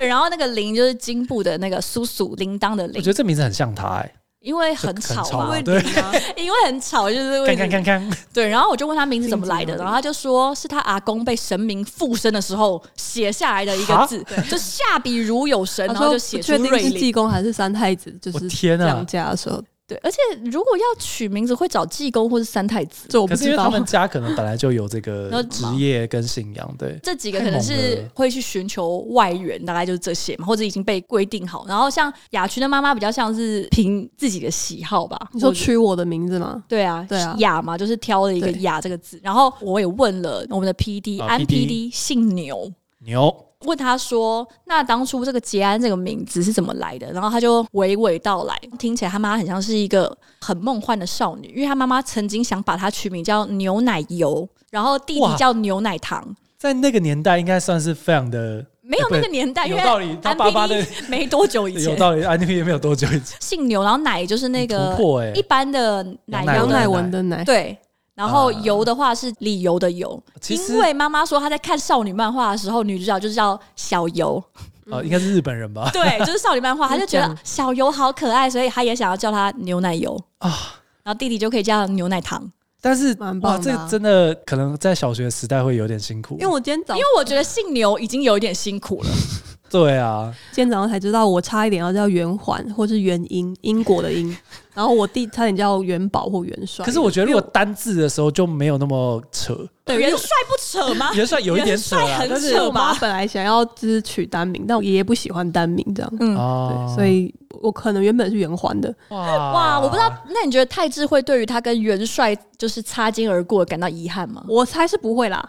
S1: 然后那个玲就是金部的那个苏苏铃铛的
S3: 我觉得
S1: 铃，
S3: 这名字很像他哎，
S1: 因为很吵
S3: 很
S1: 嘛
S3: 吵，对，
S1: (laughs) 因为很吵就是会
S3: 看看看看，
S1: 对，然后我就问他名字怎么来
S2: 名
S1: 的，
S2: 字
S1: 然后他就说是他阿公被神明附身的时候写下来的一个
S3: 哈
S1: 字，就下笔如有神，
S2: 他
S1: 然后就
S2: 说不
S1: 写出
S2: 确定
S1: 瑞
S2: 是
S1: 林。
S2: 济公还是三太子，就
S3: 我
S2: 是
S3: 天啊
S2: 降价的时候，
S1: 对，而且如果要取名字，会找济公或是三太子，
S2: 这我不
S3: 可是因为
S2: 知
S3: 他
S2: 道。
S3: 们家可能本来就有这
S1: (laughs) 那
S3: 个职业跟信仰，对，
S1: (laughs) 这几个
S3: 太
S1: 可能
S3: 猛
S1: 是
S3: 了
S1: 会去寻求外援，大概就是这些嘛，或者已经被规定好。然后像雅群的妈妈比较像是凭自己的喜好吧，
S2: 你说
S1: 我觉得
S2: 取我的名字吗？
S1: 对啊，
S2: 对啊
S1: 雅嘛，就是挑了一个
S2: 对
S1: 雅这个字。然后我也问了我们的 P D
S3: 啊
S1: 安
S3: PD
S1: P D 姓牛，
S3: 牛
S1: 问他说：“那当初这个杰安这个名字是怎么来的？”然后他就娓娓道来，听起来他妈很像是一个很梦幻的少女，因为他妈妈曾经想把她取名叫牛奶油，然后弟弟
S3: 哇
S1: 叫牛奶糖。
S3: 在那个年代应该算是非常的
S1: 没有
S3: 哎不
S1: 那
S3: 是
S1: 个年代，因
S3: 有
S1: 为
S3: 道理他
S1: 安
S3: 爸爸的
S1: PD 没多久以
S3: 有
S1: 前
S3: 道理，安利也没有多久以前，
S1: 姓牛，然后奶就是那个
S3: 突破哎
S1: 一，般的奶
S3: 奶
S1: 油
S2: 杨
S3: 油
S2: 乃
S3: 奶
S2: 文的奶，
S1: 对。然后
S3: 啊
S1: 油的话是理由的油，
S3: 其实
S1: 因为妈妈说她在看少女漫画的时候，女主角就是叫小油，
S3: 呃应该是日本人吧
S1: (laughs) 对，就是少女漫画，他就觉得
S2: 这样
S1: 小油好可爱，所以他也想要叫他牛奶油，
S3: 啊。
S1: 然后弟弟就可以叫牛奶糖，
S3: 但是
S2: 蛮
S3: 哇，
S2: 棒的
S3: 这
S2: 啊
S3: 个真的可能在小学时代会有点辛苦，
S2: 因为我今天早
S1: 因为我觉得姓牛已经有一点辛苦了，
S3: 对啊，
S2: 今天早上才知道，我差一点要叫圆环或是元英，英国的
S3: (laughs)
S2: 英，然后我弟差点叫元宝或元
S1: 啊
S2: 帅。
S3: 可是我觉得如果
S2: 因为
S3: 单字的时候就没有那么
S1: (laughs)
S3: 扯，
S2: (laughs) 对，因
S1: 元
S2: 为
S1: 帅不扯
S2: (laughs)
S1: 吗？
S3: 也算有一点扯啊
S1: 元
S3: 啦
S1: 帅，很
S3: 但是
S2: 我
S1: 扯
S2: 妈
S1: 吧？
S2: 本来想要就是取单名，但我爷爷不喜欢单名这样，
S1: 嗯，
S3: 啊
S2: 对，所以我我可能原本是圆环的，
S3: 哇
S1: 哇，我不知道。那你觉得太智慧对于他跟元帅就是擦肩而过感到遗憾吗？
S2: 我猜是不会
S3: (laughs)
S2: 啦。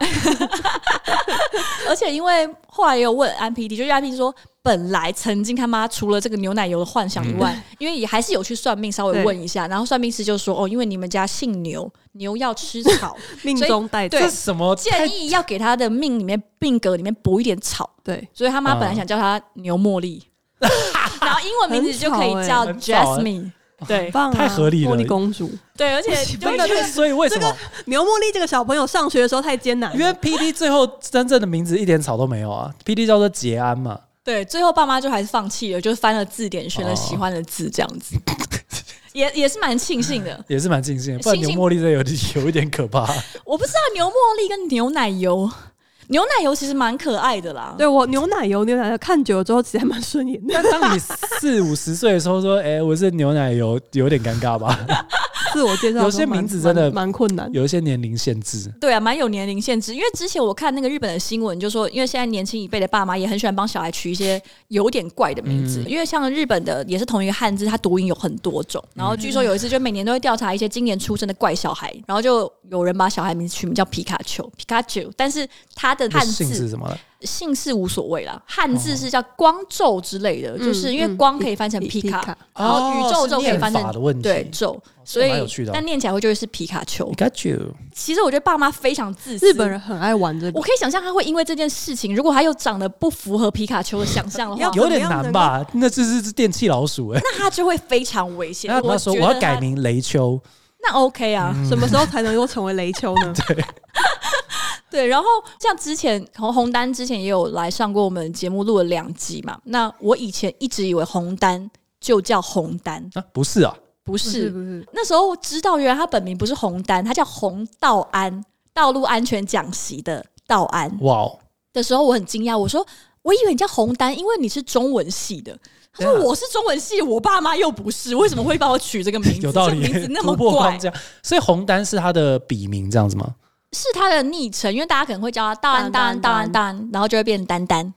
S1: 而且因为后来也有问安 P D，就是安 P D 说，本来曾经他妈除了这个牛奶油的幻想以外，因为也还是有去算命稍微
S2: 嗯对
S1: 问一下，然后算命师就说，哦，因为你们家姓牛，牛要吃草，
S2: 命中带
S1: 对
S2: 对
S3: 这什么
S1: 建
S3: 太
S1: 议要给他的命里面命格里面补一点草，
S2: 对，
S1: 所以他妈本来想叫他牛茉
S3: (laughs)
S1: 莉，然后英文名字就可以叫
S3: 很巧欸
S1: Jasmine，、对
S2: 棒、啊，
S3: 太合理了
S2: 茉莉公主，
S1: 对，而且
S3: (laughs)
S1: 就
S3: 真的
S1: 会觉
S3: 是？
S1: 得
S3: 所以为什么？
S2: 牛茉莉这个小朋友上学的时候太艰难
S3: 因为
S1: (laughs)
S2: 了，
S3: P D 最后真正的名字一点草都没有啊，P D 叫做杰安嘛。
S1: 对，最后爸妈就还是放弃了，就翻了字典，选了
S3: 哦
S1: 喜欢的字，这样子，也也是蛮庆幸的。
S3: 也是蛮尽兴的，不然
S1: 星
S3: 牛
S1: 星
S3: 茉莉这有点有一点可
S1: (laughs)
S3: 怕。
S1: 我不知道牛茉莉跟牛奶油，牛奶油其实蛮可爱的啦。
S2: 对我牛奶油牛奶油看久了之后，其实还蛮顺
S3: (laughs)
S2: 眼的，
S3: 当你四五十岁的时候说：“哎、我是牛奶油”，有点尴
S1: (laughs)
S3: 尬吧？
S2: 自我介绍的时候
S3: 有些
S2: 蛮
S3: 名字真的
S2: 蛮蛮困难。
S3: 有一些年龄限制，
S1: 对啊，蛮有年龄限制，因为之前我看那个日本的新闻，就说因为现在年轻一辈的爸妈也很喜欢帮小孩取一些有点怪的名
S3: 嗯
S1: 字，因为像日本的也是同一个汉字，它读音有很多种。
S3: 嗯
S1: 然后据说有一次就每年都会调查一些今年出生的怪小孩，然后就有人把小孩名字取名叫皮卡丘，皮卡丘，但是他的汉
S3: 姓哦
S1: 字
S3: 是什么了？
S1: 姓氏无所谓啦，汉字是叫光宙之类的，
S2: 嗯
S1: 就是因为
S2: 嗯
S1: 光可以翻成皮卡，然后哦宇宙就可以翻
S3: 哦是念
S1: 成
S3: 法的问题。
S1: 对宙，所以
S3: 蛮有趣的哦嗯
S1: 但念起来会就是皮卡丘。
S3: ，Pikachu
S1: 其实我觉得爸妈非常自私，
S2: 日本人很爱玩这个
S1: 我，可以想象他会因为这件事情，如果他又长得不符合皮卡丘的想象的 (laughs)
S2: 要
S1: 话，
S3: 有点难吧？那这是电器老鼠哎、
S1: 那他就会非常危险。
S3: 然后他
S1: 我
S3: 说：“
S1: 觉
S3: 我
S1: 得
S3: 要改
S1: 他，
S3: 名雷丘。
S1: 那 OK 啊，
S2: 什么时候才能够成为雷丘 (laughs) 呢？
S1: 对。然后像之前红红丹之前也有来上过我们节目，录了两集嘛。那我以前一直以为红丹就叫红丹，”
S3: 啊，不是啊，
S1: 不是
S2: 不是？
S1: 那时候知道，原来他本名不是洪丹，他叫洪道安，道路安全讲习的道安
S3: 哇哦，
S1: 的时候，我很惊讶，我说我以为你叫洪丹，因为你是中文系的。他说
S3: 对啊
S1: 我是中文系，我爸妈又不是，为什么会帮我取这个名字？
S3: (laughs) 有道理
S1: 这名字，那
S3: 突
S1: 么
S3: 破
S1: 怪
S3: 框，架。所以红丹是他的笔名这样子吗？
S1: 是他的昵称，因为大家可能会叫他道安、道
S2: 丹
S1: 安、
S2: 丹
S1: 道安、道安，然后就会变丹丹，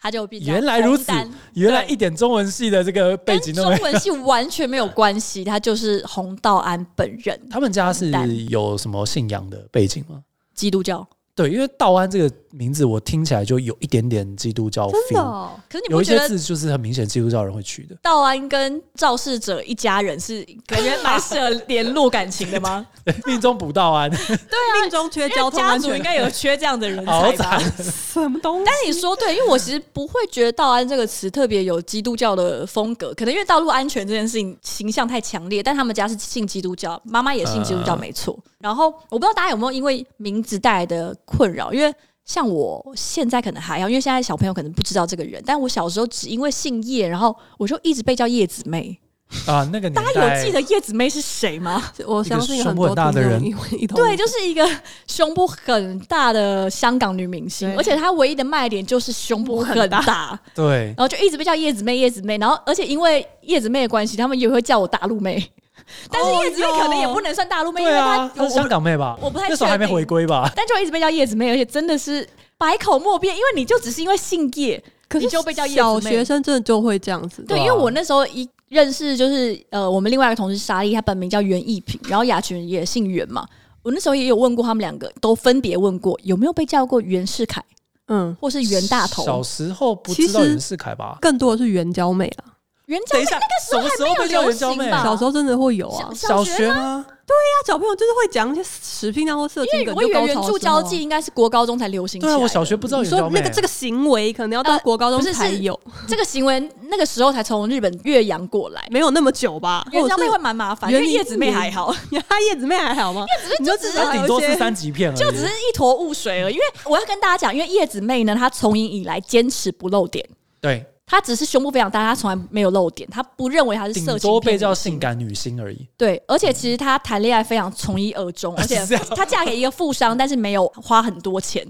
S1: 他就变成
S3: 原来如此
S1: 洪丹，
S3: 原来一点中文系的这个背
S1: 跟
S3: 景都
S1: 中
S3: 没。
S1: 文系完全没有关系，他就是洪道安本人，
S3: 他们家是
S1: 红丹
S3: 有什么信仰的背景吗？
S1: 基督教。
S3: 对，因为道安这个名字，我听起来就有一点点基督教
S2: 真的
S3: feel，、
S2: 哦、
S1: 可是你
S3: 有
S1: 不
S3: 一
S1: 觉
S3: 些
S1: 得
S3: 字就是很明显基督教人会取的。 (laughs)
S1: 道安跟肇事者一家人是感觉蛮适合联络感情的
S2: (laughs)
S1: 吗？
S3: 命中不道安， (laughs)
S2: 命中缺
S1: 哦因
S2: 交
S1: 为
S2: 通
S1: 家
S2: 安
S1: 族
S2: 全，
S1: 应该有缺这样的人
S3: 好
S1: 才吧
S3: 惨。。
S2: 什么东西？
S1: 但你说对，因为我其实不会觉得“道安”这个词特别有基督教的风格，可能因为道路安全这件事情形象太强烈。但他们家是信基督教，妈妈也信基督教，
S3: 嗯
S1: 没错。然后我不知道大家有没有因为名字带来的困扰，因为像我现在可能还好，因为现在小朋友可能不知道这个人，但我小时候只因为姓叶，然后我就一直被叫叶子妹。
S3: 啊，那个年代
S1: 大家有记得叶子妹是谁 (laughs) 吗？
S2: 我相信很
S3: 一个胸部很
S2: 多
S3: 大的人
S2: 听众一一同
S1: 对，就是一个胸部很大的香港女明星，
S2: 对
S1: 而且她唯一的卖点就是胸部很大，
S3: 对
S1: 然后就一直被叫叶子妹、叶子妹，然后而且因为叶子妹的关系，他们也会叫我大陆妹， (laughs) 但是叶子妹可能也不能算大陆妹，因
S3: 哦对
S1: 为她
S3: 啊，她
S1: 我
S3: 是香港妹吧？
S1: 我不太
S3: 那时候还没
S1: 确定
S3: 回归吧？
S1: 但就一直被叫叶子妹，而且真的是百口莫辩，因为你就只是因为姓叶，
S2: 可是
S1: 你就被叫叶子妹
S2: 小学生真的就会这样子，
S1: 对，
S3: 对
S1: 因
S3: 啊
S1: 为我那时候一认识就是呃，我们另外一个同事莎莉，她本名叫袁艺萍，然后雅群也姓袁嘛。我那时候也有问过他们两个，都分别问过有没有被叫过袁世凯
S2: 嗯，
S1: 或是袁大
S3: 小
S1: 头。
S3: 时候不知道
S2: 其实
S3: 袁世凯吧？
S2: 更多的是援交妹啊，
S1: 袁家
S3: 等一下，什么时候被叫袁娇妹
S1: 那？个
S2: 小时候真的会有
S1: 啊小
S2: 啊，
S1: 小学
S3: 学吗？
S2: 那小朋友就是会讲一些时拼啊或色情
S1: 因为
S2: 梗，
S1: 我以为
S2: 就
S1: 原
S2: 高
S1: 著
S2: 潮的时候
S1: 交
S2: 啊
S1: 际应该是国高中才流行起
S3: 对
S1: 来
S3: 啊，
S1: 的。
S3: 我小学不知道
S2: 你
S3: 袁娇
S2: 说
S3: 妹。
S2: 那个这个行为可能要到
S1: 呃
S2: 国高中
S1: 不是
S2: 才
S1: 是
S2: 有，
S1: 这个行为，那个时候才从日本岳阳过
S3: 哦
S1: 来。
S2: 没有那么久吧？
S1: 袁娇妹会
S2: 或
S1: 蛮麻烦，因为
S2: 袁
S1: 叶子妹还好，
S2: 者是叶子妹还好吗？叶子妹就只
S3: 那顶多是
S1: (laughs)
S3: 三级片而已，
S1: 啊就只是一坨雾水而已。因为我要跟大家讲，因为叶子妹呢，她从影以来坚持不露点。
S3: 对，
S1: 她只是胸部非常大，她从来没有露点，她不认为她是
S3: 顶
S1: 色情
S3: 多被
S1: 片
S3: 叫
S1: 明星
S3: 性。感女星而已。
S1: 对，而且其实她谈恋爱非常从一而
S3: (laughs)
S1: 终，而且她嫁给一个富商，但是没有花很多钱，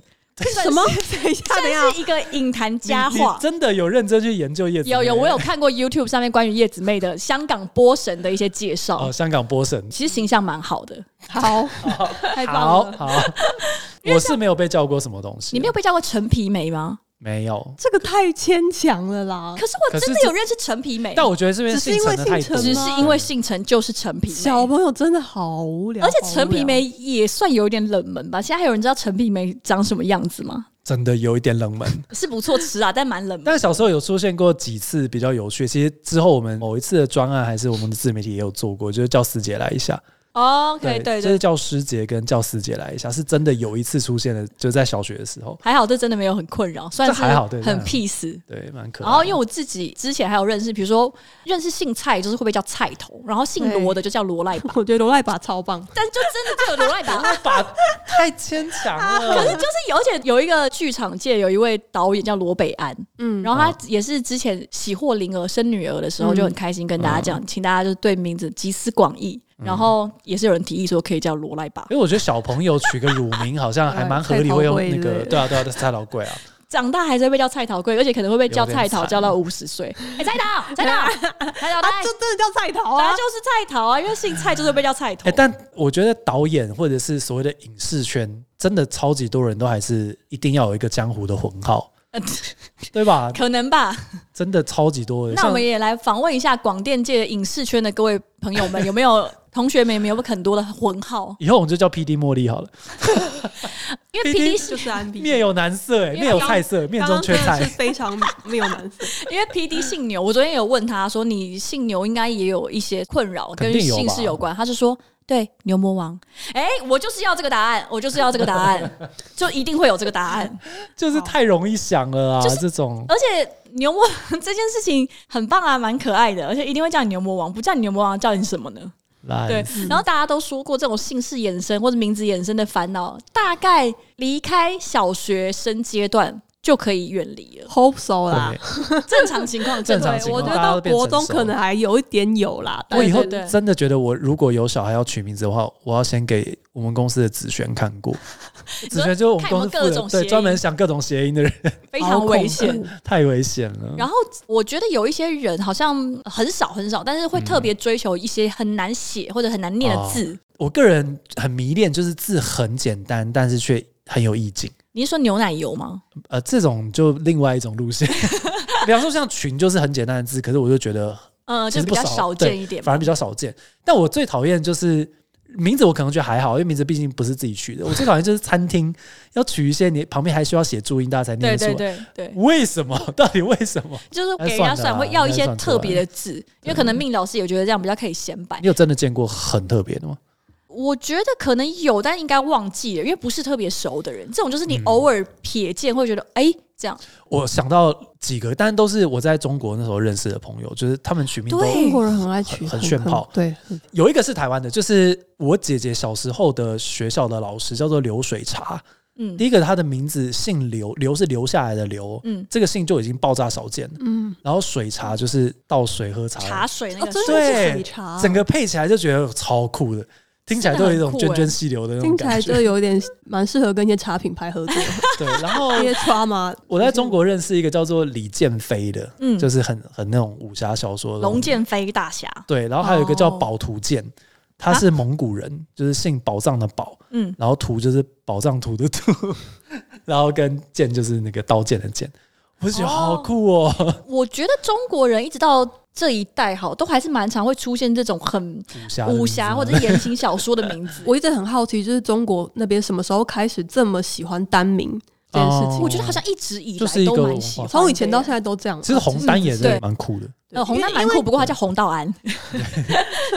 S2: 什么？ (laughs) 等一下，等
S1: (laughs) 算
S2: 一下，
S1: 是一个影坛佳
S3: 啊你
S1: 话
S3: 你。真的有认真去研究叶子妹？
S1: 有有，我有看过 YouTube 上面关于叶子妹的香港波神的一些介绍，
S3: 哦，香港波神。
S1: 其实形象蛮好的。 (laughs)
S2: 好，太棒
S3: 好
S2: 了！
S3: 好，我是没有被叫过什么东西。
S1: 你没有被叫过陈皮梅吗？
S3: 没有。
S2: 这个太牵强了啦。
S1: 可是我
S3: 可是
S1: 真的
S3: 这
S1: 有认识陈皮梅，
S3: 但我觉得这边
S2: 只是因为
S3: 成的太
S2: 姓
S3: 多
S2: 陈
S1: 只
S3: 了，
S1: 是因为姓陈就是陈皮梅。
S2: 小朋友真的好无聊，
S1: 而且陈皮梅
S2: 没
S1: 也算有点冷门吧？现在还有人知道陈皮梅长什么样子吗？
S3: 真的有一点冷门。
S1: 是不错吃啊，但蛮冷门。
S3: 但小时候有出现过几次比较有趣，其实之后我们某一次的专案还是我们的自媒体也有做过，就是叫师姐来一下，哦
S1: OK，对
S3: 就是
S1: 对，
S3: 叫师姐跟叫师姐来一下，是真的有一次出现的，就在小学的时候，
S1: 还好这真的没有很困扰，算是
S3: 还好对这
S1: 很
S3: 还好
S1: peace。
S3: 对，啊蛮可爱
S1: 然哦
S3: 的。
S1: 后因为我自己之前还有认识，比如说认识姓蔡就是会不会叫菜头，然后姓罗的就叫罗赖吧，
S2: 我觉得罗赖把超棒，
S1: 但就真的就有罗赖吧。
S3: 把太牵强
S1: (laughs)
S3: (laughs)
S1: 可是
S3: 了，
S1: 就是有，而且有一个剧场界有一位导演叫罗北安，
S2: 嗯，
S1: 然后他也是之前喜获麟儿生女儿的时候
S2: 嗯
S1: 就很开心跟大家讲，请大家就是对名字集思广益。然后也是有人提议说可以叫罗赖吧。
S3: 因为我觉得小朋友取个乳名好像还蛮合理，
S2: 嗯
S3: 会用那
S2: 菜头
S3: 个
S2: 贵
S3: 对啊对啊，菜老贵啊，
S1: 长大还是会被叫菜桃贵，而且可能会被叫菜桃
S3: 有点惨
S1: 叫到五十岁。 (laughs) 哎、菜桃，菜桃，菜桃，
S2: 啊，
S1: 来
S2: 这，真的叫菜桃
S1: 他
S2: 啊！
S1: 就是菜桃啊，因为姓蔡就是被叫菜头。
S3: (laughs) 哎、但我觉得导演或者是所谓的影视圈，真的超级多人都还是一定要有一个江湖的混号，
S1: 嗯
S3: 对吧？
S1: 可能吧。
S3: 真的超级多的。
S1: 那我
S3: 像
S1: 们也来访问一下广电界影视圈的各位朋友们，有没有同学们有没有很多的混号？
S3: 以后我们就叫 P D 茉莉好了，
S1: 因为 P
S3: 毕竟
S1: D
S2: 就是安比，
S3: 面有难色、欸，
S1: 因为
S3: 面有菜色，面
S2: 刚
S3: 中
S2: 刚
S3: 缺
S2: 真的
S3: 菜
S2: 是。非常没有难 (laughs) 色，
S1: 因为 P D 姓牛，我昨天有问他说，你姓牛应该也有一些困扰，
S3: 肯
S1: 跟
S3: 定有吧
S1: 姓氏有关。他就说，对，牛魔王。哎、我就是要这个答案，我就是要这个答
S3: (laughs)
S1: 案，就一定会有这个答案。
S3: 就是太容易想了啊，
S1: 就是
S3: 这种
S1: 而且牛魔王 (laughs) 这件事情很棒啊，蛮可爱的，而且一定会叫你牛魔王，不叫你牛魔王，叫你什么呢？
S3: 烂
S1: 对，然后大家都说过，这种姓氏衍生或者名字衍生的烦恼，大概离开小学生阶段就可以远离了。
S2: hope so 啦。
S3: 对
S1: 正常情况，
S3: 正
S1: 真的
S3: 常
S2: 对，
S3: 情
S2: 我觉
S3: 况
S2: 得
S3: 大家
S2: 到
S3: 都变
S2: 国
S3: 成熟
S2: 中可能还有一点有啦，
S1: 对
S3: 我以后
S1: 对对
S3: 真的觉得，我如果有小孩要取名字的话，我要先给我们公司的子璇看
S1: (laughs)
S3: 过。子璇就是我们公司
S1: 看有没有各
S3: 负
S1: 种
S3: 责对
S1: 谐音
S3: 专门想各种谐音的人， (laughs)
S1: 非常危
S2: 好
S1: 险
S2: 恐。
S3: 太危险了。
S1: 然后我觉得有一些人好像很少很少，但是会
S3: 嗯
S1: 特别追求一些很难写或者很难
S3: 哦
S1: 念的字。
S3: 我个人很迷恋，就是字很简单，但是却很有意境。
S1: 你是说牛奶油吗？
S3: 呃，这种就另外一种路
S1: (laughs)
S3: 线。比方说像群就是很简单的字，可是我就觉得
S1: 嗯，
S3: 其
S1: 就
S3: 实
S1: 比
S3: 不
S1: 较
S3: 少
S1: 少
S3: 对
S1: 见一点。
S3: 反而比较少见。但我最讨厌就是名字，我可能觉得还好，因为名字毕竟不是自己取的。我最讨厌就是餐厅要取一些你旁边还需要写注音，大家才
S1: 对
S3: 念得出来。
S1: 对对对，
S3: 为什么？ (laughs) 到底为什么？
S1: 就是
S3: 还
S1: 给人
S3: 算
S1: 家
S3: 的
S1: 算
S3: 啦
S1: 会要一
S3: 还
S1: 些
S3: 算出
S1: 特别的
S3: 来
S1: 字，因为可能命老师也觉得这样比较可以显摆。
S3: 你有真的见过很特别的吗？
S1: 我觉得可能有，但应该忘记了，因为不是特别熟的人。这种就是你
S3: 嗯
S1: 偶尔瞥见会觉得，哎、这样
S3: 我想到几个，但都是我在中国那时候认识的朋友，就是他们取名都
S1: 对
S2: 中国人很爱取，
S3: 很很炫炮
S2: 对，
S3: 有一个是台湾的，就是我姐姐小时候的学校的老师叫做流水茶。
S1: 嗯
S3: 第一个，她的名字姓刘，刘是留下来的刘，
S1: 嗯，
S3: 这个姓就已经爆炸少见了。
S2: 嗯，
S3: 然后水茶就是倒水喝茶，
S1: 茶水那
S2: 哦，
S1: 个
S2: 真
S1: 水、
S2: 的
S3: 对
S2: 是喜茶，
S3: 整个配起来就觉得超酷的，听起来都有一种
S1: 真的很
S3: 涓
S1: 酷
S3: 涓细流的那种
S2: 听起来
S3: 感
S2: 就
S3: 觉。
S2: 有点蛮适合跟一些茶品牌合
S3: (laughs)
S2: 作，
S3: 对，然后
S2: 一些 trauma。
S3: 我在中国认识一个叫做李建飞的，
S1: 嗯
S3: 就是很很那种武侠小说的那种
S1: 龙剑飞大侠，
S3: 对，然后还有一个叫
S1: 哦啊
S3: 宝图剑，他是蒙古人，就是姓宝藏的宝，
S1: 嗯，
S3: 然后图就是宝藏图 (laughs) 的图，然后跟剑就是那个刀剑的剑，我就觉得
S1: 哦
S3: 好酷哦，
S1: 我觉得中国人一直到这一代好，都还是蛮常会出现这种很
S3: 武侠的名字
S1: 武侠或者言情小说的名字。我
S2: 我一直很好奇，就是中国那边什么时候开始这么喜欢单名这件事
S3: (laughs) 哦
S2: 情？
S1: 我觉得好像一直以
S3: 就是一
S1: 来
S3: 个
S1: 都蛮喜
S3: 文
S1: 欢，
S3: 化
S2: 从以前到现在都这样。
S3: 其实红丹也
S1: 嗯对
S3: 是蛮酷的，
S1: 在，呃，红丹蛮
S2: 因为
S1: 酷，不过他叫红道安， (laughs)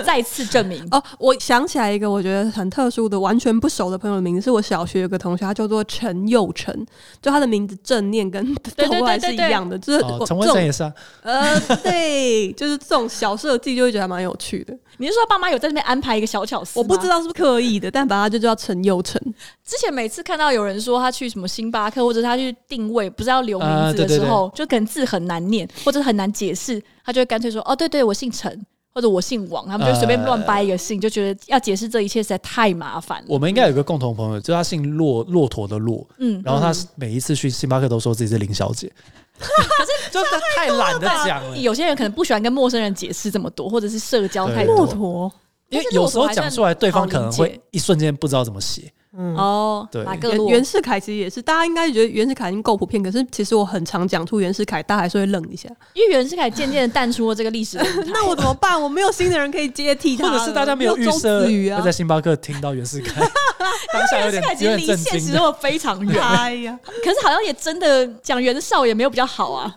S1: 再次证明。
S2: 哦，我想起来一个我觉得很特殊的、完全不熟的朋友的名字，是我小学有个同学，他叫做陈佑成，就他的名字正念跟 (laughs)
S1: 对对
S2: 后来是
S1: 对
S2: 一
S1: 对
S2: 样的，就是
S3: 哦
S2: 我这
S3: 陈文成
S2: 种
S3: 也是啊，
S2: 呃，对，就是这种小设计，就会觉得还蛮有趣的。
S1: (laughs) 你是说爸妈有在那边安排一个小巧思？
S2: 我不知。道是不是刻意的，但把它就叫陈佑成，
S1: 之前每次看到有人说他去什么星巴克，或者他去定位，不是要留
S3: 啊
S1: 名字
S3: 对
S1: 的
S3: 对
S1: 时候，就可能字很难念，或者很难解释，他就会干脆说：“哦，对对，我姓陈，或者我姓王。”他们就随便乱掰一个姓，就觉得要解释这一切实在太麻烦了。
S3: 我们应该有一个共同朋友，就是他姓骆骆驼的骆，
S1: 嗯，
S3: 然后他每一次去星巴克都说自己是林小
S1: (laughs)
S3: 姐，可是 (laughs) 就是他太懒得讲了，
S1: 有些人可能不喜欢跟陌生人解释这么多，或者是社交太
S3: 对骆
S1: 多。
S2: 驼，
S3: 因为有时候讲出来，对方可能
S1: 好理
S3: 会
S1: 解
S3: 一瞬间不知道怎么写，
S2: 嗯，
S1: 哦，
S3: 对
S1: 马格
S2: 袁
S1: 洛，
S2: 袁世凯其实也是，大家应该觉得袁世凯已经够普遍，可是其实我很常讲出袁世凯，大家还是会愣一下。
S1: 因为袁世凯渐渐的淡出了这个历
S3: (laughs)
S1: 史舞台，
S2: (laughs) 那我怎么办？我没有新的人可以接替他
S3: 或
S2: 了，
S3: 者是大家没有预
S2: 没
S3: 设
S2: 周子瑜
S3: 会
S2: 啊
S3: 在。星巴克听到袁
S1: (laughs)
S3: 世凯，当下有
S1: 袁世
S3: 点
S1: 凯
S3: 有
S1: 其实
S3: 点
S1: 离
S3: 震
S1: 现实
S3: 惊
S1: 生
S3: 的。
S1: 活非常远，
S2: 哎 (laughs) 呀，
S1: 可是好像也真的讲袁绍也没有比较好
S3: (laughs)
S1: 啊，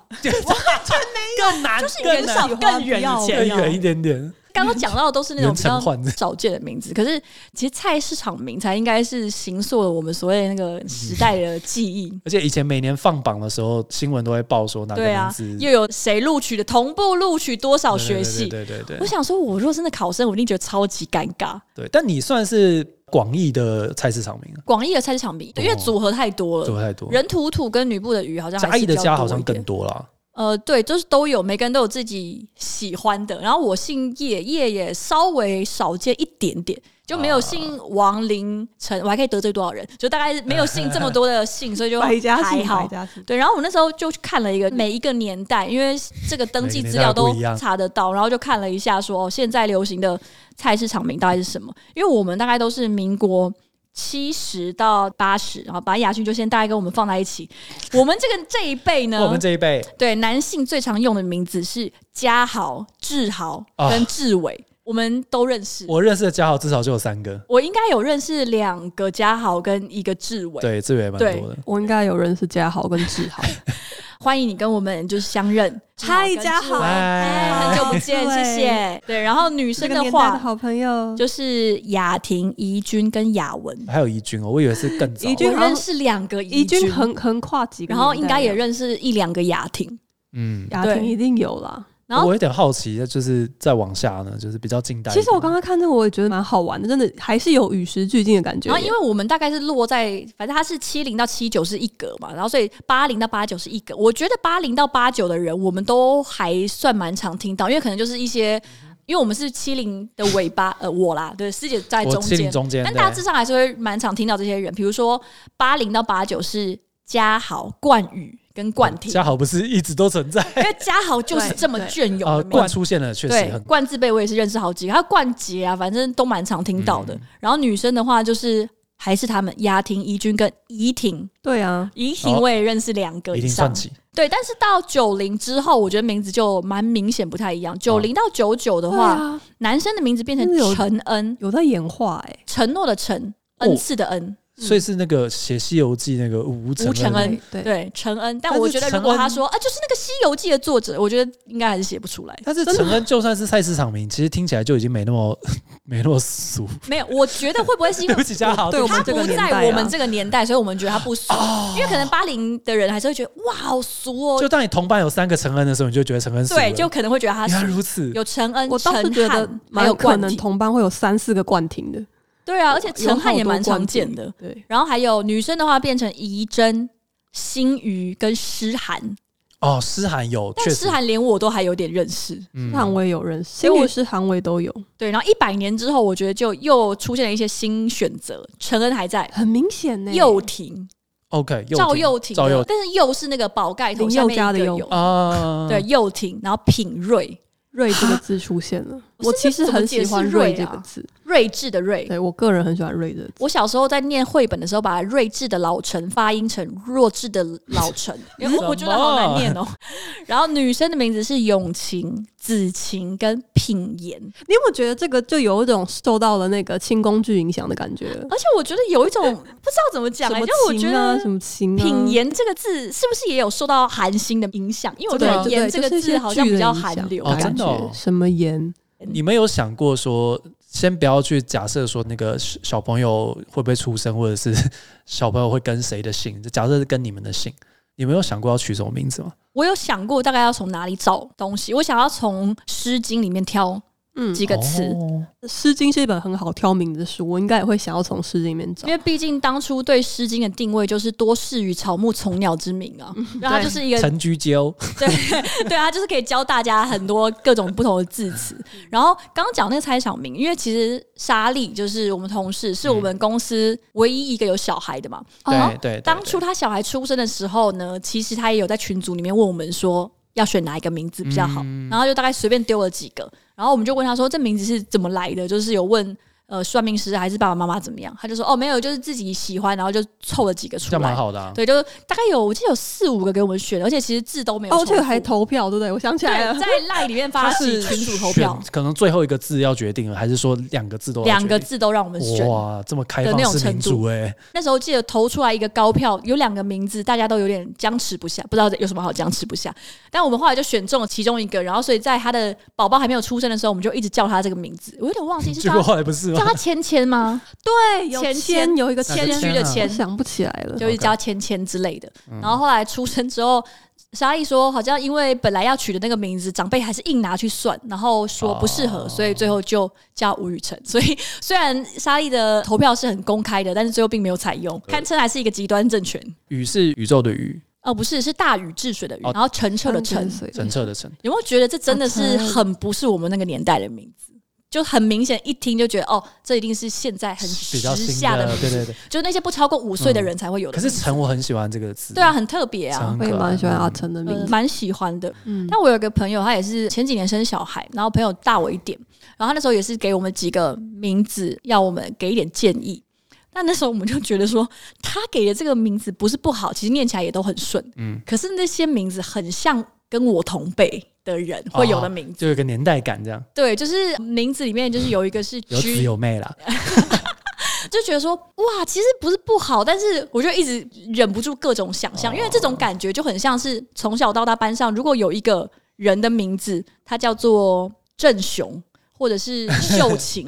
S3: 更难，
S1: 就是袁绍更远以
S3: 更
S1: 前。
S3: 远一点点。
S1: 刚刚讲到的都是那种比较
S3: 袁成焕
S1: 少见的名字，可是其实菜市场名才应该是形塑了我们所谓那个时代的记忆。
S3: 而且以前每年放榜的时候，新闻都会报说哪个
S1: 对
S3: 名
S1: 啊
S3: 字，
S1: 又有谁录取的，同步录取多少学系？
S3: 对对对对
S1: 我
S3: 对
S1: 想说，我若真的考生，我一定觉得超级尴尬。
S3: 对。但你算是广义的菜市场名了，
S1: 广义的菜市场名，
S3: 哦
S1: 因为组合太多
S3: 做
S1: 了，
S3: 太多。
S1: 人土土跟女部的鱼好像还
S3: 嘉义
S1: 是
S3: 的
S1: 比较
S3: 家
S1: 多
S3: 好
S1: 一
S3: 像
S1: 点
S3: 更多啦，
S1: 呃，对，就是都有，每个人都有自己喜欢的。然后我姓叶，叶也稍微少见一点点，就没有姓
S3: 啊
S1: 王、林、陈，我还可以得罪多少人？就大概没有姓
S3: (laughs)
S1: 这么多的姓，所以就
S2: 百家
S1: 还
S2: 姓，百
S1: 好。
S2: 家姓。
S1: 对，然后我那时候就去看了一个每一个年代，因为这个登记资料
S3: 每个
S1: 都
S3: 年代不一样
S1: 查得到，然后就看了一下说，哦，现在流行的菜市场名大概是什么？因为我们大概都是民国。七十到八十，然后把亚军就先大概跟我们放在一起。我们这个这一辈呢，
S3: 我们这一辈
S1: 对，男性最常用的名字是嘉豪、志豪
S3: 啊
S1: 跟志伟，我们都认识。我
S3: 我认识的家好至少就有三个，
S1: 应该有认识两个嘉豪跟一个志伟。
S3: 对，这个也蛮多的。
S2: 我应该有认识嘉豪跟志豪，
S1: 欢迎你跟我们就是相认。
S2: 嗨
S1: 志跟
S2: 嘉
S1: 志
S2: 豪
S1: 伟哎很久不见，
S2: 志伟
S1: 谢谢。对，然后女
S2: (laughs) 这
S1: 生
S2: 个
S1: 的
S2: 年代的
S1: 话
S2: 好朋友。
S1: 就是雅婷、怡君跟雅文。
S3: 还有怡君哦，我以为是更早。
S2: 怡君
S1: 我
S2: 好像
S1: 认识两个
S2: 怡
S1: 君
S2: 君，横横跨几个
S1: 然
S2: 年代
S1: 后
S2: 了，
S1: 应该也认识一两个雅婷。
S3: 嗯，
S2: 雅
S1: 对
S2: 婷一定有啦。
S1: 然后
S3: 我有点好奇，就是再往下呢，就是比较近代一
S2: 其
S3: 点。
S2: 实我刚刚看这个，我也觉得蛮好玩的，真的还是有与时俱进的感觉耶。
S1: 然后因为我们大概是落在，反正它是七零到七九是一格嘛，然后所以八零到八九是一格。我觉得八零到八九的人，我们都还算蛮常听到，因为可能就是一些，因为我们是七零的尾巴，呃，我啦，对，师姐在中
S3: 我心
S1: 间
S3: 灵，中间，
S1: 但大致
S3: 对
S1: 上还是会蛮常听到这些人，比如说八零到八九是嘉豪、冠宇跟冠廷，
S3: 嘉豪不是一直都存在
S1: 因为嘉豪就是这么隽永
S3: 啊
S1: 的，名
S3: 冠
S1: 字。
S3: 出现了，确实
S1: 对
S3: 很，
S1: 冠字辈我也是认识好几个，还有冠杰啊，反正都蛮常听到
S3: 嗯
S1: 的。然后女生的话就是还是他们雅婷、怡君跟怡婷，
S2: 对啊，
S1: 怡婷我也认识两个
S3: 一
S1: 以
S3: 定
S1: 上
S3: 哦算。起。
S1: 对，但是到九零之后，我觉得名字就蛮明显不太
S3: 哦
S1: 一样。九零到九九的
S2: 对
S1: 话，
S2: 啊，
S1: 男生的名字变
S2: 真的有
S1: 成陈恩，
S2: 有在演化哎、
S1: 承诺的承，
S3: 哦
S1: 恩赐的恩，
S3: 所以是那个写《西游记》那个吴承
S1: 嗯吴承
S3: 恩，
S1: 恩
S2: 对对
S1: 对，承恩。但
S3: 但是
S1: 我觉得如
S3: 承
S1: 果
S3: 恩
S1: 他说啊，就是那个《西游记》的作者，我觉得应该还是 (laughs) 写不出来。
S3: 但是承恩就算是菜市场名，其实听起来就已经没那么 (laughs) 没那么俗。
S1: 没有，我觉得会不会 (laughs) 是因
S3: 对
S1: 为 (laughs)
S3: 不起，嘉豪，
S2: 对
S3: 对不
S2: 我
S3: 起
S1: 他
S2: 们
S1: 不
S2: 这个年代
S1: 在
S2: 啦
S1: 我们这个年啊哦代，所以我们觉得他不俗，因为可能八零的人还是会觉得哇，好俗哦
S3: 就，当你同伴有三个承恩的时候，你就觉得承恩俗了
S1: 对，就可能会觉得他
S3: 原来
S1: 俗。
S3: 如此。
S1: 有陈恩、(laughs)
S2: 我
S1: 陈
S2: 倒是觉得
S1: 汉，还
S2: 蛮
S1: 有
S2: 有可
S1: 冠
S2: 能
S1: 廷，
S2: 同班会有三四个冠廷的，
S1: 对啊，而且陈汉也蛮
S2: 有
S1: 常
S2: 好多冠廷
S1: 见的。
S2: 对，
S1: 然后还有女生的话，变成怡珍、心瑜跟诗涵，
S3: 哦，诗涵有，
S1: 但
S3: 确实
S1: 诗，涵连我都还有点认识。
S3: 嗯
S2: 韩威有认识，
S1: 所以
S2: 新
S1: 我
S2: 律师韩威都有，
S1: 对，然后一百年之后，我觉得就又出现了一些新选择，陈恩还在。
S2: 很明显呢、
S1: 幼婷、
S3: OK，又
S1: 赵
S3: 挺
S1: 又廷的，
S3: 赵又
S1: 但是又是那个宝盖头
S2: 林
S1: 下
S2: 宥
S1: 面一
S2: 嘉
S1: 个
S2: 的
S1: 有
S2: 宥，
S3: 啊，
S1: 对，又廷，然后品瑞，
S2: 瑞这个字出现了，我
S1: 是
S2: 其实
S1: 怎么
S2: 很
S1: 解
S2: 喜
S1: 释
S2: 欢
S1: 瑞
S2: 瑞这
S1: 啊
S2: 个字，
S1: 睿智的睿。
S2: 对我个人很喜欢瑞这个字。
S1: 我小时候在念绘本的时候，把“睿智”的老陈发音成“弱智”的老陈，因为我我觉得好难念哦。 (laughs) 然后女生的名字是永晴、子晴跟品言，
S2: 你有没有觉得这个就有一种受到了那个清宫剧影响的感觉？
S1: 而且我觉得有一种不知道怎么讲、
S2: 什
S1: 欸，
S2: 么
S1: 就我觉
S2: 情啊
S1: 得
S2: 什么情、啊、
S1: 品言这个字是不是也有受到韩星的影响？因为我觉
S3: 真
S1: 得
S3: 的
S1: 言这个字好像比较韩流
S3: 哦
S1: 的
S3: 真
S1: 感
S2: 感
S1: 觉。
S3: 的哦
S2: 觉，什么言？
S3: 你们有想过说，先不要去假设说那个小小朋友会不会出生，或者是小朋友会跟谁的姓？就假设是跟你们的姓，你们有想过要取什么名字吗？
S1: 我有想过大概要从哪里找东西，我想要从《诗经》里面挑
S2: 嗯，
S1: 几个词，
S3: 哦
S2: 《诗经》是一本很好挑名字的书，我应该也会想要从《诗经》里面找
S1: 因。为毕竟当初对《诗经》的定位就是多事于草木从鸟之名啊，然后它就是一个
S3: 陈哦居鸠，
S1: 对啊，它就是可以教大家很多各种不同的字词。然后刚刚讲那个猜想名，因为其实莎莉就是我们同事，是我们公司唯一一个有小孩的嘛。
S2: 哦
S3: 对对对，
S1: 当初他小孩出生的时候呢，其实他也有在群组里面问我们说要选哪一个名字
S3: 嗯
S1: 比较好，然后就大概随便丢了几个，然后我们就问他说这名字是怎么来的，就是有问。呃算命师还是爸爸妈妈怎么样，他就说哦没有，就是自己喜欢，然后就凑了几个
S3: 这
S1: 出
S3: 样蛮
S1: 来。
S3: 好的啊。
S1: 对，就大概有我记得有四五个给我们选，而且其实字都没有
S2: 哦，
S1: 重复。
S2: 这个还投票，对不对？我想起来了
S1: 对，，在赖里面发
S3: 他
S1: 起
S3: 是
S1: 群主投票
S3: 选，，可能最后一个字要决定了，还是说两个字都要
S1: 两个
S3: 决
S1: 字都让我们
S3: 定
S1: 选。
S3: 哇，这么开
S1: 的那种
S3: 放式
S1: 程
S3: 民
S1: 度
S3: 主哎，
S1: 那时候记得投出来一个高票，有两个名字，大家都有点僵持不下，不知道有什么好僵持不下。但我们后来就选中了其中一个，然后所以在他的宝宝还没有出生的时候，我们就一直叫他这个名字。我有点忘记是
S3: 结
S1: 叫
S3: 果
S1: 他
S3: 后来不是
S1: 叫 (laughs)
S3: 吗？
S1: 他芊芊吗？
S2: 对有
S1: 芊芊
S2: 哎签有一个
S3: 哪
S1: 谦
S3: 个
S2: 签
S3: 芊
S1: 虚的
S3: 啊
S2: 我
S1: 谦，
S2: 想不起来了。
S1: 就一直叫芊芊之类的。然后后来出生之后。沙溢说，好像因为本来要取的那个名字，长辈还是硬拿去算，然后说不适合，
S3: 哦
S1: 所以最后就叫吴雨辰。所以虽然沙溢的投票是很公开的，但是最后并没有采用，堪称还是一个极端政权。
S3: 宇是宇宙的宇，
S1: 哦，不是，是大禹治水的禹，
S3: 哦
S1: 然后澄澈的澄
S2: 三。十岁
S3: 澄澈的澄。
S1: 有没有觉得这真的是
S2: 哦澄
S1: 很不是我们那个年代的名字？就很明显，一听就觉得哦，这一定是现在很时
S3: 比较新
S1: 下的名字，
S3: 对对对。
S1: 就是那些不超过五岁的人才会有的
S3: 可
S1: 名字。
S3: 是陈，我很喜欢这个字。
S1: 对啊，，很特别啊
S3: 陈，
S2: 我也蛮喜欢阿成的名
S1: 呃
S2: 字。
S1: 蛮、喜欢的。
S2: 嗯，
S1: 但我有一个朋友，他也是前几年生小孩，然后朋友大我一点，然后他那时候也是给我们几个名字，要我们给一点建议。但那时候我们就觉得说，他给的这个名字不是不好，其实念起来也都很顺，
S3: 嗯，
S1: 可是那些名字很像跟我同辈的人
S3: 哦
S1: 会有的名字，
S3: 就有个年代感，这样
S1: 对，就是名字里面就是有一个是
S3: 有子
S1: G，
S3: 有妹啦。
S1: 就觉得说哇，其实不是不好，但是我就一直忍不住各种想象，
S3: 哦
S1: 因为这种感觉就很像是从小到大班上，如果有一个人的名字，他叫做郑雄。或者是秀琴，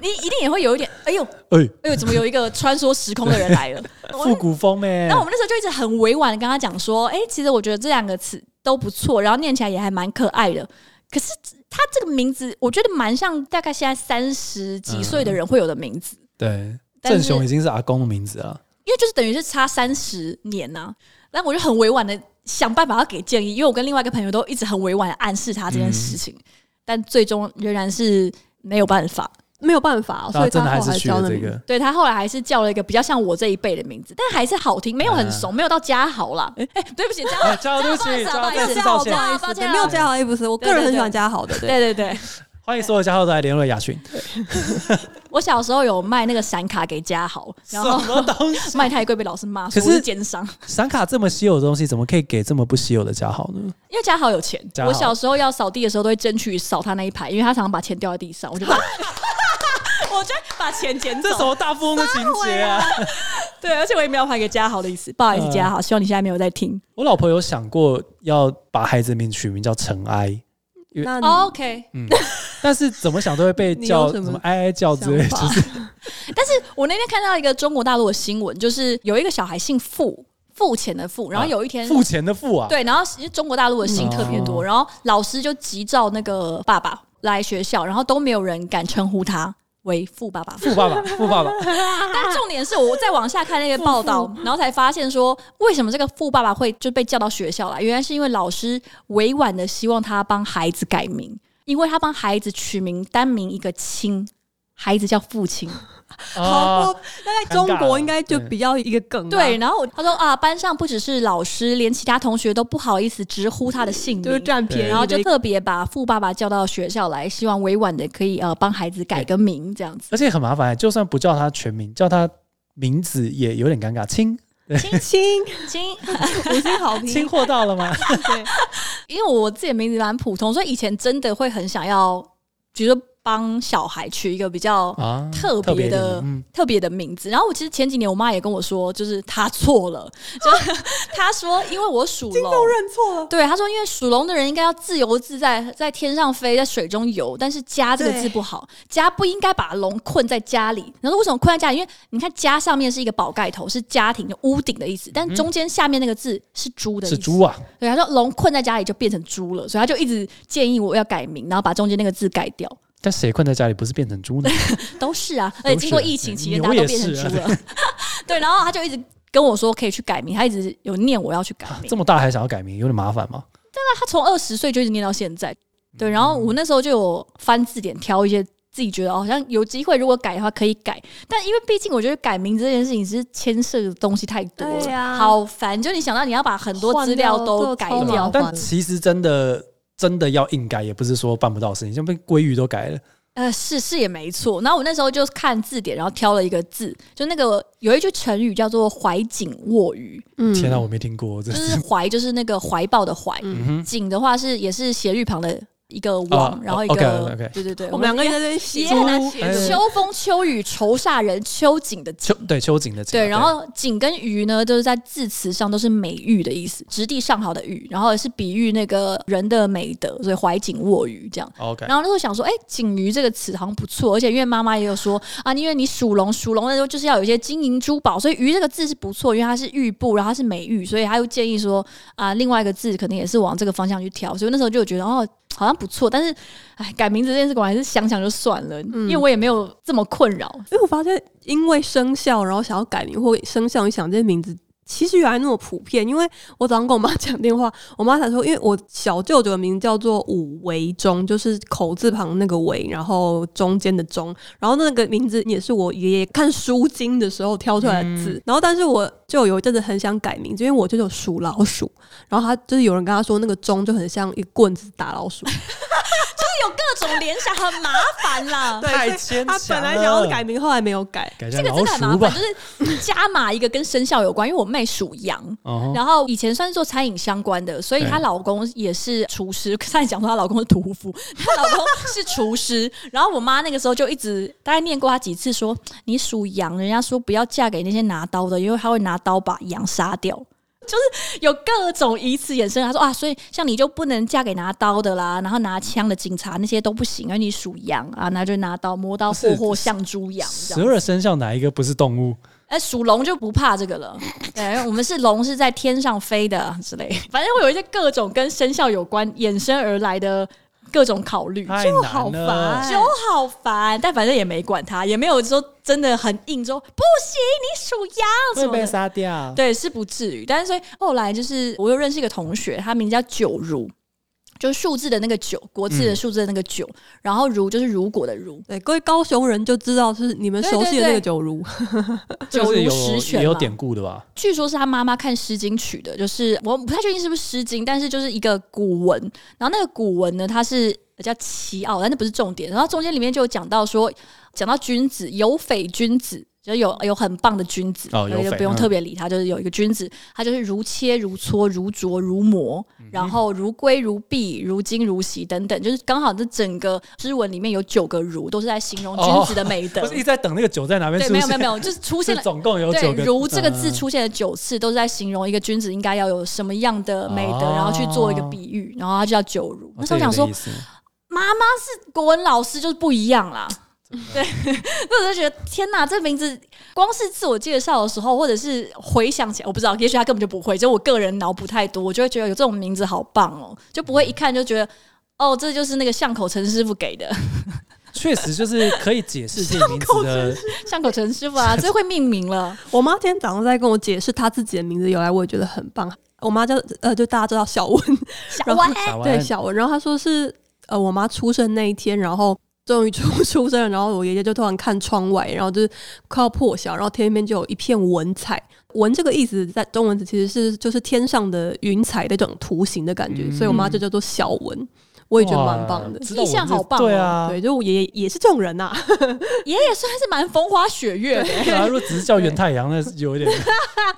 S1: 你一定也会有一点，哎呦，
S3: 哎，
S1: 哎呦，怎么有一个穿梭时空的人来了？我
S3: 复古风哎
S1: 那。我们那时候就一直很委婉的跟他讲说，哎、其实我觉得这两个词都不错，然后念起来也还蛮可爱的。可是他这个名字，我觉得蛮像大概现在三十几岁的人会有的名字，
S3: 对，
S1: 但
S3: 郑
S1: 是
S3: 雄已经是阿公的名字了。
S1: 因为就是等于是差三十年呐、但我就很委婉的想办法要给建议，因为我跟另外一个朋友都一直很委婉的暗示他这件事情，
S3: 嗯
S1: 但最终仍然是没有办法。
S2: 没有办法，所
S3: 哦他
S2: 以
S3: 真
S2: 他
S3: 的还
S2: 后
S3: 是
S2: 来
S3: 取
S2: 教
S3: 了
S2: 的
S3: 这
S2: 名字。
S3: 个，
S1: 对他后来还是叫了一个比较像我这一辈的名字，但还是好听，没有很怂，没有到嘉豪啦。 (laughs) 哎、哎对不起，嘉豪
S3: (laughs) 嗯哎，叫对不起，
S1: 不好
S3: (laughs) 叫
S1: 意思
S3: 对不起，
S1: 不好
S3: 道
S1: 意思
S3: 歉。
S1: 啊
S2: 啊，
S1: 抱
S2: 抱
S1: 歉
S2: 歉，没有加好 A 不是，我个人很喜欢加好
S3: 哎
S2: 的，对，
S1: 对对对，
S3: (laughs) 欢迎所有家号都来联络雅 (laughs) 群。
S1: 我小时候有卖那个闪卡给嘉豪，然后
S3: 什么东西？
S1: 卖太贵被老师骂，说
S3: 可
S1: 我
S3: 是
S1: 是奸商。
S3: (laughs) 闪卡这么稀有的东西，怎么可以给这么不稀有的家好呢？
S1: 因为嘉豪有钱，
S3: 嘉豪
S1: 我小时候要扫地的时候都会争取扫他那一排，因为他常常把钱掉在地上，我就
S3: (laughs)
S1: 把，我就把钱捡
S3: (laughs) 这什
S1: 走。
S3: 么大富翁的情节啊！
S1: 对，而且我也没有还给嘉豪的意思，不好意思，
S3: 嗯
S1: 嘉豪，希望你现在没有在听。
S3: 我老婆有想过要把孩子名取名叫尘埃，
S2: 那你
S1: 哦 OK，
S3: 嗯， (laughs) 但是怎么想都会被
S2: 你
S3: 叫
S2: 有什么
S3: 么哀哀叫之类，
S2: 想
S3: 就
S2: 法
S3: 是
S1: 我那天看到一个中国大陆的新闻，就是有一个小孩姓付，付钱的
S3: 啊
S1: 付，然后有一天
S3: 付钱的付啊，
S1: 对，然后其实中国大陆的姓特别多，
S3: 嗯
S1: 然后老师就急召那个爸爸来学校，然后都没有人敢称呼他为富爸爸。
S3: 富爸爸，富爸 (laughs) 爸，
S1: (laughs) 但重点是我再往下看那个报
S2: (laughs)
S1: 道，然后才发现说，为什么这个富爸爸会就被叫到学校来？原来是因为老师委婉的希望他帮孩子改名，因为他帮孩子取名单名一个亲。孩子叫父亲，
S2: 嗯好
S3: 啊
S2: 过，那在中
S3: 尴尬
S2: 国
S3: 了
S2: 应该就
S3: 对
S2: 比较一个梗吧，
S1: 对。然后他说啊，班上不只是老师，连其他同学都不好意思直呼他的姓名，
S2: 就是占便宜的一个，
S1: 然后就特别把富爸爸叫到学校来，希望委婉的可以呃帮孩子改个名这样
S2: (laughs)
S1: 子。
S3: 而且很麻烦，就算不叫他全名，叫他名字也有点尴尬。亲，
S2: 亲
S1: 亲，
S2: (laughs) 五星好
S3: (laughs) 亲
S2: 评，
S3: 货到
S1: (laughs)
S3: 了吗？
S2: 对，
S1: 因为我自己的名字蛮普通，所以以前真的会很想要，比如说帮小孩取一个比较
S3: 啊，
S1: 特别的
S3: 别一点嗯，
S1: 特别的名字。然后我其实前几年我妈也跟我说，就是她错了， (laughs) 就她说因为我属龙。
S2: 都认错了，
S1: 对，她说，因为属龙的人应该要自由自在，在天上飞，在水中游。但是“家”这个字
S2: 对
S1: 不好，“家”不应该把龙困在家里。然后为什么困在家里？因为你看“家”上面是一个宝盖头，是家庭的屋顶的意思，但中间下面那个字是猪的意思。
S3: 是猪啊，
S1: 对，他说龙困在家里就变成猪了，所以他就一直建议我要改名，然后把中间那个字改掉。
S3: 但谁困在家里不是变成猪呢？
S1: 都是啊，而
S3: 都是
S1: 且经过疫情期间，
S3: 嗯
S1: 大家都变
S3: 牛
S1: 成
S3: 也是啊
S1: 猪了。 (laughs) 对，然后他就一直跟我说可以去改名，他一直有念我要去改名。
S3: 这么大还想要改名，有点麻烦嘛。
S1: 他从二十岁就一直念到现在。对，然后我那时候就有翻字典挑一些自己觉得好像有机会，如果改的话可以改，但因为毕竟我觉得改名字这件事情是牵涉的东西太多了，
S2: 对啊
S1: 好烦。就你想到你要把很多资料都改
S2: 换掉啊
S1: 掉
S2: 超麻烦
S3: 但其实真的真的要硬改，也不是说办不到的事情，像被鲑鱼都改了，
S1: 呃，是是也没错。然后我那时候就看字典，然后挑了一个字，就那个有一句成语叫做“怀瑾握鱼
S2: 嗯
S3: 天哪，啊我没听过，”，
S1: 就
S3: 这 (laughs)
S1: 是怀就是那个怀抱的怀，
S2: 嗯
S4: 嗯哼，
S1: 瑾、的话是也是斜玉旁的一个王，
S3: 哦
S1: 然后一个、
S3: ，OK，OK，OK
S1: 对对对，
S2: 我们两个人
S1: 也
S2: 在那边写
S1: 也很难
S2: 出
S1: 写
S3: 哎
S1: 秋风秋雨愁煞人，秋瑾的
S3: 秋
S1: 瑾。
S3: 对秋瑾的瑾
S1: 对，然后瑾跟鱼呢，就是在字词上都是美誉的意思，质地上好的玉，然后也是比喻那个人的美德，所以怀瑾握鱼这样。
S3: OK，
S1: 然后那时候想说，哎、锦鱼这个词好像不错，而且因为妈妈也有说啊，因为你属龙，属龙的时候就是要有一些金银珠宝，所以鱼这个字是不错，因为它是玉部，然后它是美玉，所以他又建议说啊，另外一个字可能也是往这个方向去调，所以那时候就有觉得哦，好像不错，但是哎，改名字这件事果然是想想就算了，
S3: 嗯
S1: 因为我也没有这么困扰。
S2: 因为我发现，因为生肖，然后想要改名或生肖，你想这些名字。其实原来那么普遍，因为我早上跟我妈讲电话，我妈才说，因为我小舅舅的名字叫做武维忠，就是口字旁那个维，然后中间的中，然后那个名字也是我爷爷看书经的时候挑出来的
S3: 嗯
S2: 字。然后，但是我就有一阵子很想改名字，因为我舅舅属老鼠，然后他就是有人跟他说那个钟就很像一棍子打老鼠，
S1: 有各种联想，很麻烦啦。
S2: 对，
S3: (laughs) 太
S2: 所以
S3: 牵
S2: 他
S3: 强
S2: 本来
S3: 了
S2: 想要改名，后来没有改。
S3: 改
S1: 这
S3: 叫
S1: 个真
S3: 老
S1: 的很麻烦，
S3: (laughs) 鼠吧，
S1: 就是加码一个跟生肖有关，因为我妹属羊，
S3: 哦
S1: 然后以前算是做餐饮相关的，所以她
S3: 对
S1: 老公也是厨师。 (laughs) 刚才讲说她老公是屠夫，她老公是厨师。 (laughs) 然后我妈那个时候就一直大概念过她几次说，你属羊，人家说不要嫁给那些拿刀的，因为她会拿刀把羊杀掉。就是有各种以此衍生，她说啊，所以像你就不能嫁给拿刀的啦，然后拿枪的警察那些都不行，因为你属羊啊，那就拿刀磨刀
S3: 不是
S1: 霍霍像猪羊这
S3: 十
S1: 样。
S3: 二生肖哪一个不是动物？
S1: 哎，属龙就不怕这个
S3: (laughs)
S1: 了。对，我们是龙，是在天上飞的啊之类，反正会有一些各种跟生肖有关衍生而来的各种考虑，
S3: 太
S2: 就好
S3: 难了
S2: 烦，
S1: 就好烦。但反正也没管他，也没有说真的很硬说不行，你属
S3: (laughs)
S1: 羊
S3: 会
S1: 什么
S3: 被
S1: 的。
S3: 杀掉。
S1: 对，是不至于。但是所以后来就是，我又认识一个同学，他名叫九如，就是数字的那个九，国字
S3: 嗯
S1: 的数字的那个九，然后如就是如果的如，
S2: 对，各位高雄人就知道是你们熟悉的那个九如， (laughs)
S3: 这个
S1: 九
S3: 是
S1: 如
S3: 有
S1: 十全
S3: 也有
S1: 嘛
S3: 典故的吧？
S1: 据说是他妈妈看《诗经》取的，就是我不太确定是不是《诗经》，但是就是一个古文。然后那个古文呢，它是叫《齐奥》，哦但那不是重点。然后中间里面就有讲到说，讲到君子有匪君子，就是
S3: 哦
S1: 有有很棒的君子，
S3: 哦有
S1: 所以就
S3: 匪
S1: 不用
S3: 嗯
S1: 特别理他。就是有一个君子，他就是如切如磋如琢如磨，
S3: 嗯
S1: 然后如圭如璧如金如席等等，就是刚好这整个诗文里面有九个如，都是在形容君子的美德。
S3: 不哦 (laughs) 是一直在等那个酒在哪边？
S1: 对，
S3: 是不
S1: 没
S3: 是
S1: 有没有没
S3: (laughs)
S1: 有，就是出现
S3: 是
S1: 了
S3: 总共有九
S1: 对
S3: 个嗯
S1: “如”这个字出现了九次，都是在形容一个君子应该要有什么样的美德，
S3: 哦
S1: 然后去做一个比喻，然后他就叫九如。
S3: 嗯
S1: 那时候想说
S3: 哦，这有点意思
S1: 国文老师就是不一样啦。 (laughs) 对，那我就觉得天哪，这名字光是自我介绍的时候，或者是回想起来，我不知道，也许他根本就不会，就我个人脑补太多，我就会觉得有这种名字好棒哦，就不会一看就觉得哦，这就是那个巷口陈师傅给
S3: (laughs)
S1: 的，
S3: (laughs) 确实就是可以解释这个名字的
S1: 巷口陈师傅啊，这会命名了。
S2: 我妈今天早上在跟我解释她自己的名字由来，我也觉得很棒。我妈叫呃，就大家知道小文，
S1: 小歪，
S3: 打
S1: (laughs)
S3: 完
S2: 对小文，然后她说是呃，我妈出生那一天，然后终于出 (laughs) 出生了，然后我爷爷就突然看窗外，然后就是快要破晓，然后天边就有一片文彩。文这个意思在中文字其实是就是天上的云彩那种图形的感觉，所以我妈就叫做小文，我也觉得蛮棒的
S3: 哇。知道我
S1: 意象
S3: 这
S1: 好棒哦
S3: 对啊，
S2: 对，就我爷爷也是这种人呐、
S1: 爷爷算是蛮风花雪月的。
S3: 对啊，如果只是叫袁太阳，那是有
S1: (laughs)
S3: 一点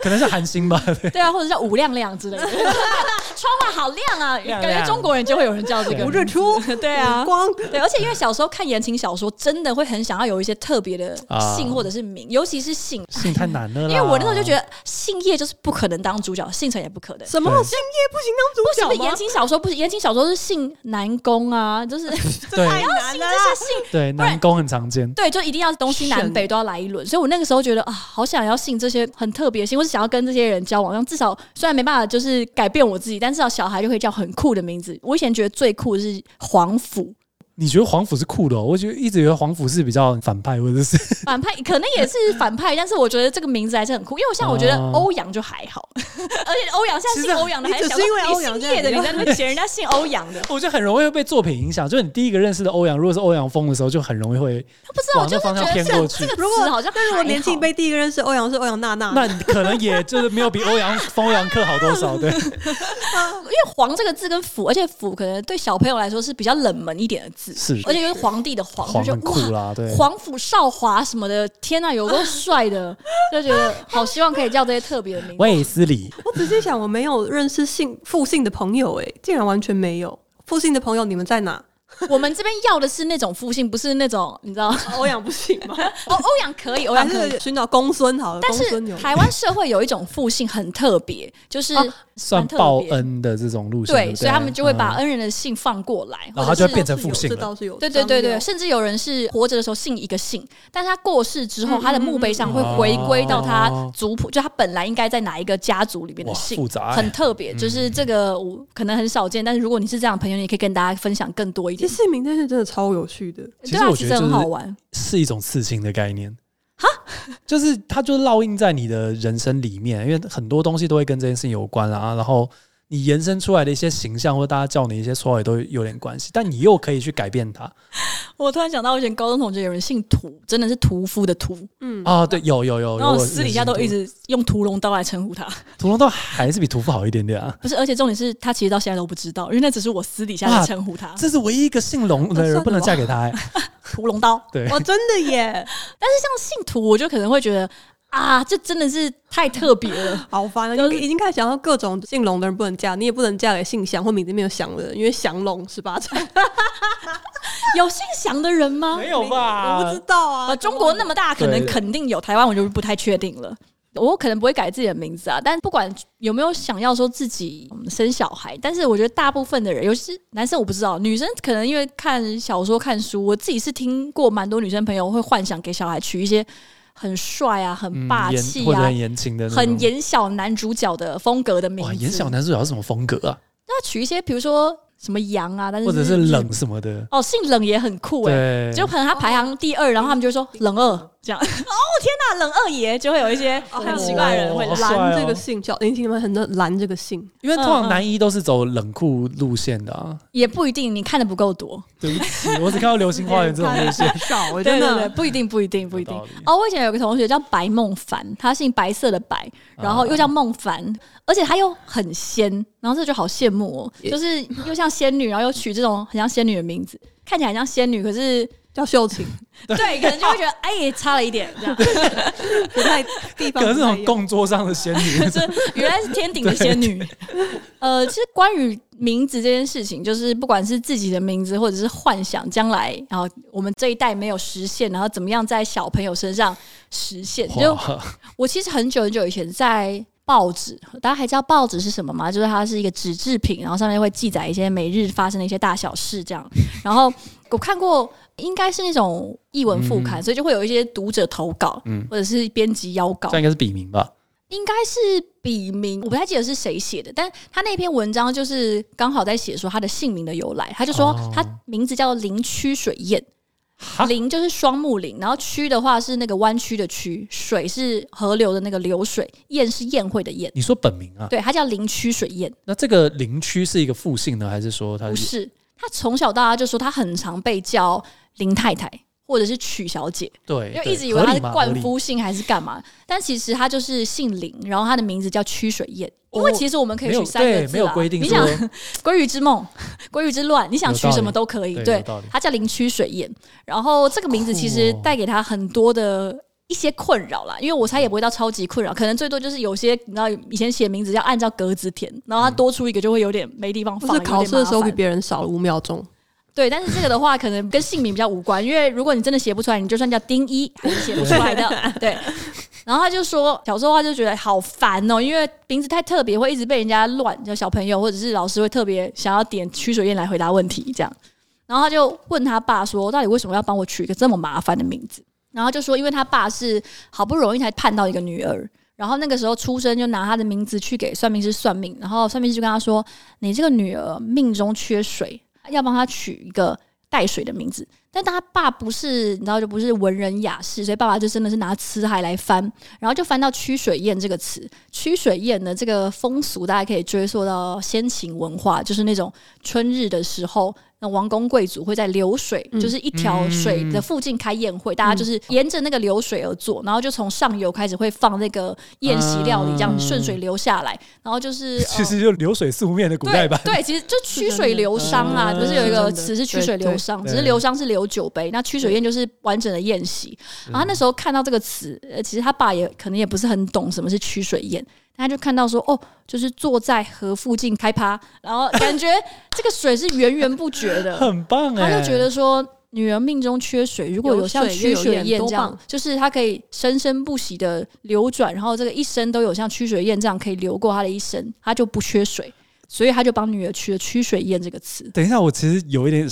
S3: 可能是韩星吧。
S1: 对啊，或者叫五亮亮之类
S3: (laughs)
S1: 的，窗外好亮啊！
S3: 亮
S1: 感觉
S3: 亮
S1: 中国人就会有人叫这个
S3: 对
S2: 吴日出，
S1: (laughs)
S2: 嗯
S1: 对啊，
S2: 光
S1: 对，而且因为小时候看言情小说，真的会很想要有一些特别的
S3: 啊
S1: 姓或者是名，尤其是姓，
S3: 姓太难了
S1: 因
S3: 啦，
S1: 为我那时候就觉得姓叶就是不可能当主角，姓陈也不可能。
S2: 什么
S3: 对
S2: 姓叶不行
S1: 不
S2: 当主
S1: 是
S2: 角吗
S1: 言？情小说，不是言情小说是姓南宫啊，
S3: (laughs)
S1: 就是 (laughs) 这些
S3: 对
S2: 难了啊啦！
S1: 姓
S3: 对
S1: 不然
S3: 南宫很常见，
S1: 对，就一定要东西南北都要来一轮。所以我那个时候觉得啊，好想要信这些很特别性，或是想要跟这些人交往，让至少虽然没办法就是改变我自己，但至少小孩就可以叫很酷的名字。我以前觉得最酷的是黄甫，
S3: 你觉得黄甫是酷的、哦？我觉得一直以为黄甫是比较反派，或者是 (laughs)
S1: 反派可能也是反派，但是我觉得这个名字还是很酷，因为我像我觉得
S3: 哦
S1: 欧阳就还好， (laughs) 而且欧阳现在
S2: 其
S1: 姓
S2: 实
S1: 欧阳的
S2: 你
S1: 还
S2: 只
S1: 想
S2: 是因
S1: 说
S2: 为
S1: 你
S2: 欧阳
S1: 姓
S2: 这
S1: 叶
S2: 样
S1: 的，
S2: 子
S1: 你在那边嫌人家姓欧阳的，
S3: 我觉得很容易会被作品影响。就是你第一个认识的欧阳，如果是欧阳锋的时候，就很容易会
S1: 不是，我
S3: 往
S1: 就
S3: 那
S1: 是觉
S3: 方向
S1: 得
S3: 偏
S1: 这
S3: 过
S1: 这。
S3: 去
S1: 个
S2: 如果
S1: 词好像
S2: 但是我
S1: 还
S2: 年轻一
S1: 好
S2: 辈第一个认识欧阳是欧阳
S1: (laughs)
S2: 娜娜，
S3: 那你可能也就是没有比欧阳锋、欧阳克好多少，对，
S1: 因为“黄”这个字跟“甫”，而且“甫”可能对小朋友来说是比较冷门一点的字，
S3: (laughs) 是
S1: 而且又是皇帝的皇，
S3: 黄
S1: 就
S3: 很
S1: 觉得
S3: 酷
S1: 哇，
S3: 啦，对，
S1: 皇甫少华什么的，天呐、有够帅的，就觉得好希望可以叫这些特别的名字。
S3: 卫斯理
S2: 我仔细想，我没有认识姓复姓的朋友、欸，哎，竟然完全没有。复姓的朋友，你们在哪？
S1: 我们这边要的是那种复姓，不是那种你知道， (laughs)
S2: 欧阳不行吗？
S1: 欧欧阳可以，欧
S2: (laughs) 还
S1: 阳可以
S2: 是。寻找公孙好了。
S1: 但
S2: 公孙
S1: 是
S2: 有
S1: 台湾社会有一种复姓很特别，就是、
S2: 啊
S3: 算
S1: 蛮特别
S3: 报恩的这种路线，对
S1: 对，
S3: 不对，
S1: 所以他们就会把
S3: 嗯
S1: 恩人的姓放过来，
S3: 然后
S1: 或
S3: 他
S1: 者
S3: 就是变成复
S2: 哦
S3: 姓
S2: 这
S3: 了。
S2: 倒是有。哎
S1: 对对对对，
S2: 张
S1: 甚至有人是活着的时候姓一个姓，但是他过世之后，
S2: 嗯
S1: 他的墓碑上会回归到他族谱，就他本来应该在哪一个家族里面
S3: 哇，
S1: 的姓
S3: 复，杂、哎
S1: 很特别。就是这个我可能很少见，但是如果你是这样的朋友，你也可以跟大家分享更多一
S2: 其
S1: 点。
S2: 实姓名这件事真的超有趣的。
S3: 其
S1: 对
S3: 实
S1: 啊，
S3: 我
S1: 其
S3: 觉
S1: 实
S3: 得就
S1: 很
S3: 是
S1: 好玩。
S3: 是一种刺青的概念。哈， (laughs) 就是它就烙印在你的人生里面，因为很多东西都会跟这件事情有关啊。然后你延伸出来的一些形象，或者大家叫你一些绰号，也都有点关系。但你又可以去改变它
S1: 我突然想到，我以前高中同学有人姓屠，真的是屠夫的屠，
S2: 嗯，
S3: 啊。对，有有有，
S1: 然后
S3: 有
S1: 我私底下都一直用屠龙刀来称呼他。
S3: 屠龙刀还是比屠夫好一点点啊。
S1: 不是，而且重点是他其实到现在都不知道，因为那只是我私底下
S3: 哇
S1: 在称呼他
S3: 这是唯一一个姓龙
S1: 哦
S2: 那
S3: 的
S2: 算
S3: 人
S2: 了
S3: 不能嫁给
S1: (laughs)
S3: 他、欸，
S1: 屠龙刀。
S3: 对，
S2: 哇，哦真的
S1: (laughs)
S2: 耶，
S1: 姓屠，我就可能会觉得啊，这真的是太特别了。 (laughs)
S2: 好烦啊！
S1: 就是
S2: 你已经开始想到各种姓龙的人不能嫁，你也不能嫁给姓祥或名字没有祥的人，因为降龙十八掌。
S1: 有姓祥的人吗？
S2: (laughs)
S3: 有
S2: 我不知道
S1: 啊，
S2: 啊，
S1: 中国那么大，可能
S3: 对
S1: 肯定有，台湾我就不太确定了。我可能不会改自己的名字啊，但不管有没有想要说自己嗯生小孩，但是我觉得大部分的人，尤其是男生，我不知道，女生可能因为看小说、看书，我自己是听过蛮多女生朋友会幻想给小孩取一些很帅啊、很
S3: 嗯
S1: 霸
S3: 严
S1: 气
S3: 或者
S1: 啊、
S3: 很言情的那种，
S1: 很演小男主角的风格的名
S3: 哇，
S1: 字。
S3: 演小男主角是什么风格啊？
S1: 那取一些，比如说什么杨啊，但是
S3: 或者是
S1: 日
S3: 冷什么的，
S1: 哦，姓冷也很酷哎、
S3: 对，
S1: 就可能他排行第二，然后他们就说冷二这样。哦天哪，冷二爷就会有一些
S2: 哦
S1: 很奇怪的人会
S3: 好帅哦
S2: 蓝这个姓叫，年轻人很多蓝这个姓，
S3: 因为通常
S1: 嗯嗯
S3: 男一都是走冷酷路线的啊。
S1: 也不一定你看的不够多。
S3: 对不起， (laughs) 我只看到《流星花园》这种路线，
S2: 少，我
S1: 对
S2: 真
S1: 对对，
S2: 的
S1: 不一定，不一 (laughs) 定，不一定
S3: 有道理。
S1: 哦，我以前有个同学叫白梦凡，他姓白色的白，
S3: 啊
S1: 然后又叫梦凡，而且他又很仙，然后这就好羡慕哦，就是又像仙女，然后又取这种很像仙女的名字，看起来很像仙女，可是
S2: 叫秀琴，
S1: 对，可能就会觉得哎，差了一点这样。。
S2: 不太地方
S3: 可
S2: 不太一样，
S3: 能是那种供桌上的仙女
S1: 这原来是天顶的仙
S3: (laughs)
S1: 女。呃，其实关于名字这件事情，就是不管是自己的名字，或者是幻想将来，然后我们这一代没有实现，然后怎么样在小朋友身上实现。 (laughs) 就
S3: 哇
S1: 我其实很久很久以前在。报纸，大家还知道报纸是什么吗？就是它是一个纸制品，然后上面会记载一些每日发生的一些大小事
S3: (laughs)
S1: 这样。然后我看过，应该是那种译文副刊，所以就会有一些读者投稿，
S3: 嗯
S1: 或者是编辑邀稿
S3: 这样，应该是笔名吧？
S1: 应该是笔名，我不太记得是谁写的，但他那篇文章就是刚好在写说他的姓名的由来，他就说
S3: 哦
S1: 他名字叫林曲水燕，
S3: 哈，
S1: 林就是双木林，然后曲的话是那个弯曲的曲，水是河流的那个流水，燕是宴会的宴，
S3: 你说本名啊？
S1: 对，他叫林曲水燕，
S3: 那这个林区是一个复姓呢，还是说他
S1: 不？是他从小到大就说他很常被叫林太太或者是曲小姐，
S3: 对，
S1: 就
S3: 对
S1: 一直以为他
S3: 合理
S1: 是
S3: 嘛
S1: 冠
S3: 合理
S1: 夫姓还是干嘛，但其实他就是姓林，然后他的名字叫曲水燕。因为
S3: 哦
S1: 其实我们可以
S3: 没有
S1: 取三个字啊
S3: 对，没有
S1: 啦
S3: 规定
S1: 你
S3: 说
S1: 想鲑鱼之梦、 (laughs) 鲑鱼之乱，你想取什么都可以。
S3: 有道理对有
S1: 对
S3: 道理，
S1: 他叫林曲水燕，然后这个名字其实
S3: 酷哦
S1: 带给他很多的。一些困扰啦，因为我猜也不会到超级困扰，可能最多就是有些你知道以前写名字要按照格子填，然
S3: 嗯
S1: 后他多出一个就会有点没地方
S2: 不
S1: 放，
S2: 是
S1: 有点
S2: 考
S1: 啊
S2: 试的
S1: 麻
S2: 时候比
S1: 烦
S2: 别人少了五秒钟。
S1: 对，但是这个的话，可能跟姓名比较无关，因为如果你真的写不出来，你就算叫丁一，还是写不出来的。对。然后他就说，小时候他就觉得好烦哦，因为名字太特别，会一直被人家乱，叫小朋友或者是老师会特别想要点曲水燕来回答问题这样。然后他就问他爸说，到底为什么要帮我取一个这么麻烦的名字？然后就说，因为他爸是好不容易才盼到一个女儿，然后那个时候出生就拿他的名字去给算命师算命，然后算命师就跟他说，你这个女儿命中缺水，要帮她取一个带水的名字。但他爸不是，你知道，就不是文人雅士，所以爸爸就真的是拿词海来翻，然后就翻到“曲水燕”这个词。曲水燕的这个风俗，大家可以追溯到先秦文化，就是那种春日的时候，那王公贵族会在流水，
S2: 嗯
S1: 就是一条水的附近开宴会，大家就是沿着那个流水而坐，然后就从上游开始会放那个宴席料理，这样
S3: 嗯
S1: 顺水流下来，然后就是、呃
S3: 其实就流水四无面的古代
S1: 对
S3: 版，
S1: 对，其实就曲水流觞啊，
S3: 嗯
S1: 不是有一个
S2: 是真的
S1: 词是曲水流觞，
S3: 对
S1: 只是流觞是留酒杯，那曲水宴就是完整的宴席。然后他那时候看到这个词，呃，其实他爸也可能也不是很懂什么是曲水宴，他就看到说哦，就是坐在河附近开趴，然后感觉这个水是源源不绝的，
S3: 很棒哎、
S1: 他就觉得说。女人命中缺水，如果有像曲水
S2: 有水又有
S1: 燕
S2: 盐
S1: 这
S2: 多
S1: 样
S2: 棒，
S1: 就是她可以生生不息的流转，然后这个一生都有像曲水燕这样可以流过她的一生，她就不缺水，所以她就帮女儿取了“曲水燕”这个词，
S4: 等一下，我其实有一点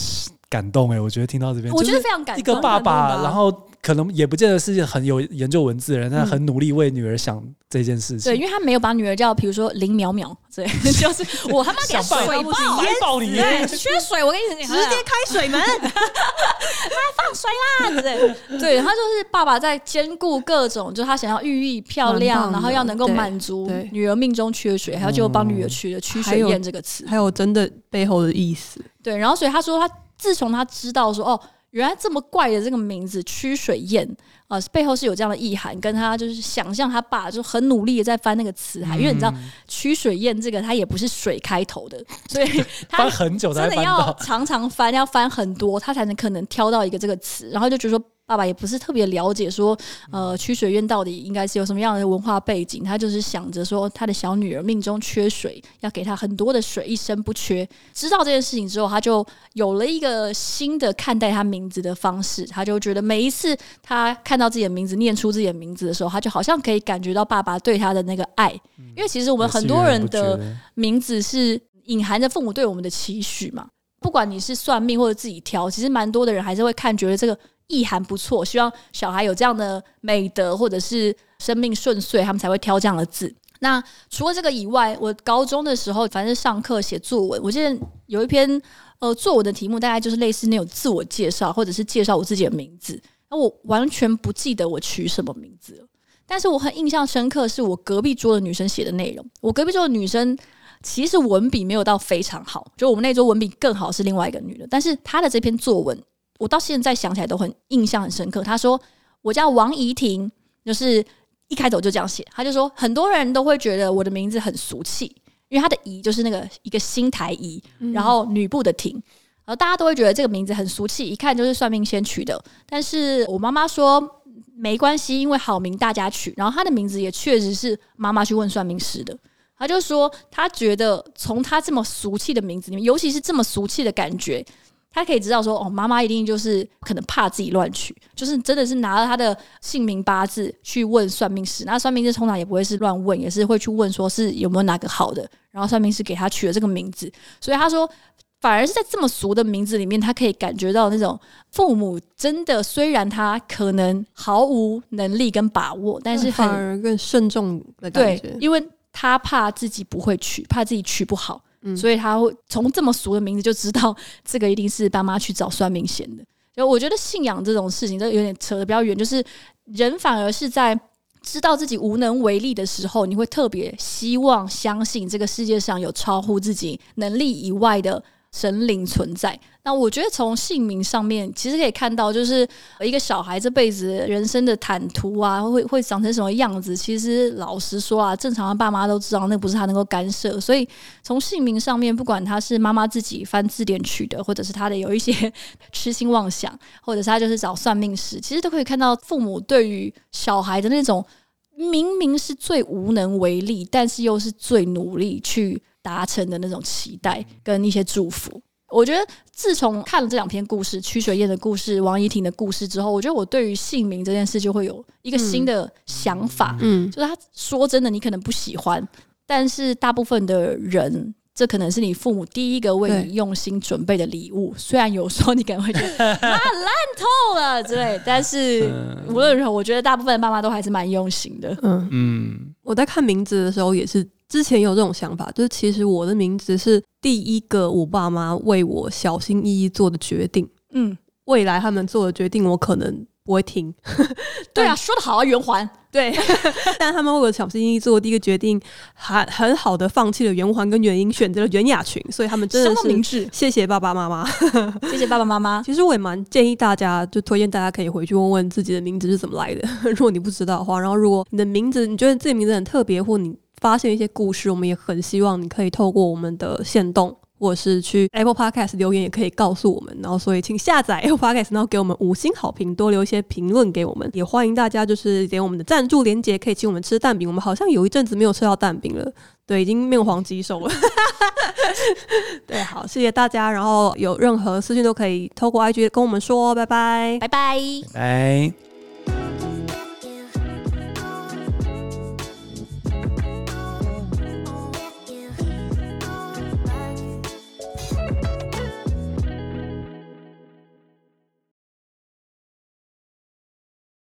S4: 感动哎、我觉得听到这边，
S1: 我
S4: 就
S1: 觉得
S4: 是
S1: 非常感
S4: 一
S1: 动。
S4: 个爸
S2: 很感动
S4: 爸，
S2: 吧
S4: 然后可能也不见得是很有研究文字的人，但很努力为女儿想这件事情。
S1: 嗯对，因为他没有把女儿叫，比如说林淼淼，对， (laughs) 就是我他妈给她
S3: 想办法哎
S1: 水
S2: 把
S1: 泡
S2: 她，
S3: 爆你
S1: 对，缺水，我跟你讲，啊
S2: 直接开水门，
S1: (laughs) 对，对，他就是爸爸在兼顾各种，就是他想要寓意漂
S2: 蛮
S1: 亮，
S2: 棒的
S1: 然后要能够
S2: 对
S1: 满足
S2: 对嗯
S1: 女儿命中缺水，还有就帮女儿取了“曲
S2: 还
S1: 水
S2: 有
S1: 燕”这个词。
S2: 还有真的背后的意思，
S1: 对，然后所以他说他自从他知道说哦，原来这么怪的这个名字“曲水燕”啊、呃，背后是有这样的意涵，跟他就是想象他爸就很努力的在翻那个词海，因为你知道
S2: 嗯
S1: “曲水燕”这个它也不是水开头的，所以他
S3: 翻很久才
S1: 真
S3: 翻
S1: 的要
S3: 到，
S1: 常常翻，要翻很多，他才能可能挑到一个这个词，然后就觉得说。爸爸也不是特别了解说，呃，曲水院到底应该是有什么样的文化背景，他就是想着说，他的小女儿命中缺水，要给她很多的水，一生不缺。知道这件事情之后，他就有了一个新的看待他名字的方式，他就觉得每一次他看到自己的名字，念出自己的名字的时候，他就好像可以感觉到爸爸对他的那个爱，
S3: 嗯
S1: 因为其实我
S4: 我
S1: 们很多人的
S4: 的
S1: 名字是隐含着父母对我们的期许嘛。不管你是算命或者自己挑，其实蛮多的人还是会看，觉得这个意涵不错，希望小孩有这样的美德或者是生命顺遂，他们才会挑这样的字。那除了这个以外，我高中的时候，反正上课写作文，我记得有一篇呃作文的题目，大概就是类似那种自我介绍或者是介绍我自己的名字。那我完全不记得我取什么名字了，但是我很印象深刻，是我隔壁桌的女生写的内容。我隔壁桌的女生其实文笔没有到非常好，就我们那桌文笔更好是另外一个女的，但是她的这篇作文，我到现在想起来都很印象很深刻。她说我叫王怡婷，就是一开头就这样写，她就说很多人都会觉得我的名字很俗气，因为她的怡就是那个一个新台怡，然后女部的婷。然后大家都会觉得这个名字很俗气，一看就是算命先取的。但是我妈妈说没关系，因为好名大家取。然后她的名字也确实是妈妈去问算命师的，他就说，他觉得从他这么俗气的名字里面，尤其是这么俗气的感觉，他可以知道说，哦，妈妈一定就是可能怕自己乱取，就是真的是拿了他的姓名八字去问算命师，那算命师通常也不会是乱问，也是会去问说是有没有哪个好的，然后算命师给他取了这个名字，所以他说。反而是在这么俗的名字里面，他可以感觉到那种父母真的，虽然他可能毫无能力跟把握，但是很
S2: (laughs) 反而更慎重的感
S1: 对
S2: 觉，，
S1: 因为他怕自己不会取，怕自己取不好，
S2: 嗯
S1: 所以他会从这么俗的名字就知道这个一定是爸妈去找算命写的。就我觉得信仰这种事情，这有点扯得比较远，就是人反而是在。知道自己无能为力的时候，你会特别希望相信这个世界上有超乎自己能力以外的神灵存在。那我觉得从姓名上面，其实可以看到，就是一个小孩这辈子人生的坦途啊，会会长成什么样子？其实老实说啊，正常的爸妈都知道，那不是他能够干涉。所以从姓名上面，不管他是妈妈自己翻字典取的，或者是他的有一些 (laughs) 痴心妄想，或者是他就是找算命师，其实都可以看到父母对于小孩的那种明明是最无能为力，但是又是最努力去达成的那种期待跟一些祝福。我觉得自从看了这两篇故事，曲水燕的故事、王怡婷的故事之后，我觉得我对于姓名这件事就会有一个新的想法。
S2: 嗯，
S1: 就是他说真的，你可能不喜欢，但是大部分的人。这可能是你父母第一个为你
S2: 对
S1: 用心准备的礼物，虽然有时候你可能会觉
S2: (laughs)
S1: 得妈烂透了之类，但是无论如何，我觉得大部分的爸妈都还是蛮用心的。
S2: 嗯，
S4: 嗯，
S2: 我在看名字的时候也是，之前有这种想法，就是其实我的名字是第一个我爸妈为我小心翼翼做的决定，
S1: 嗯，
S2: 未来他们做的决定我可能不会听，哎
S1: 对啊，说的好啊，圆环，
S2: 对， (laughs) 但他们为了小心翼翼做第一个决定，还很好的放弃了圆环跟元音，选择了圆雅群，所以他们真
S1: 生
S2: 的
S1: 活明
S2: 是
S1: 智，
S2: 谢谢爸爸妈妈。
S1: 谢谢爸爸妈妈。
S2: 其实我也蛮建议大家，就推荐大家可以回去问问自己的名字是怎么来的。 (laughs) 如果你不知道的话，然后如果你的名字你觉得自己名字很特别，或你发现一些故事，我们也很希望你可以透过我们的线动。或者是去 Apple Podcast 留言，也可以告诉我们。然后，所以请下载 Apple Podcast，然后给我们五星好评，多留一些评论给我们。也欢迎大家就是点我们的赞助链接，可以请我们吃蛋饼。我们好像有一阵子没有吃到蛋饼了，对，已经面黄肌瘦了。 (laughs) 对，好，谢谢大家。然后有任何私讯都可以透过 IG 跟我们说，拜拜。
S1: 拜拜。
S4: 哎。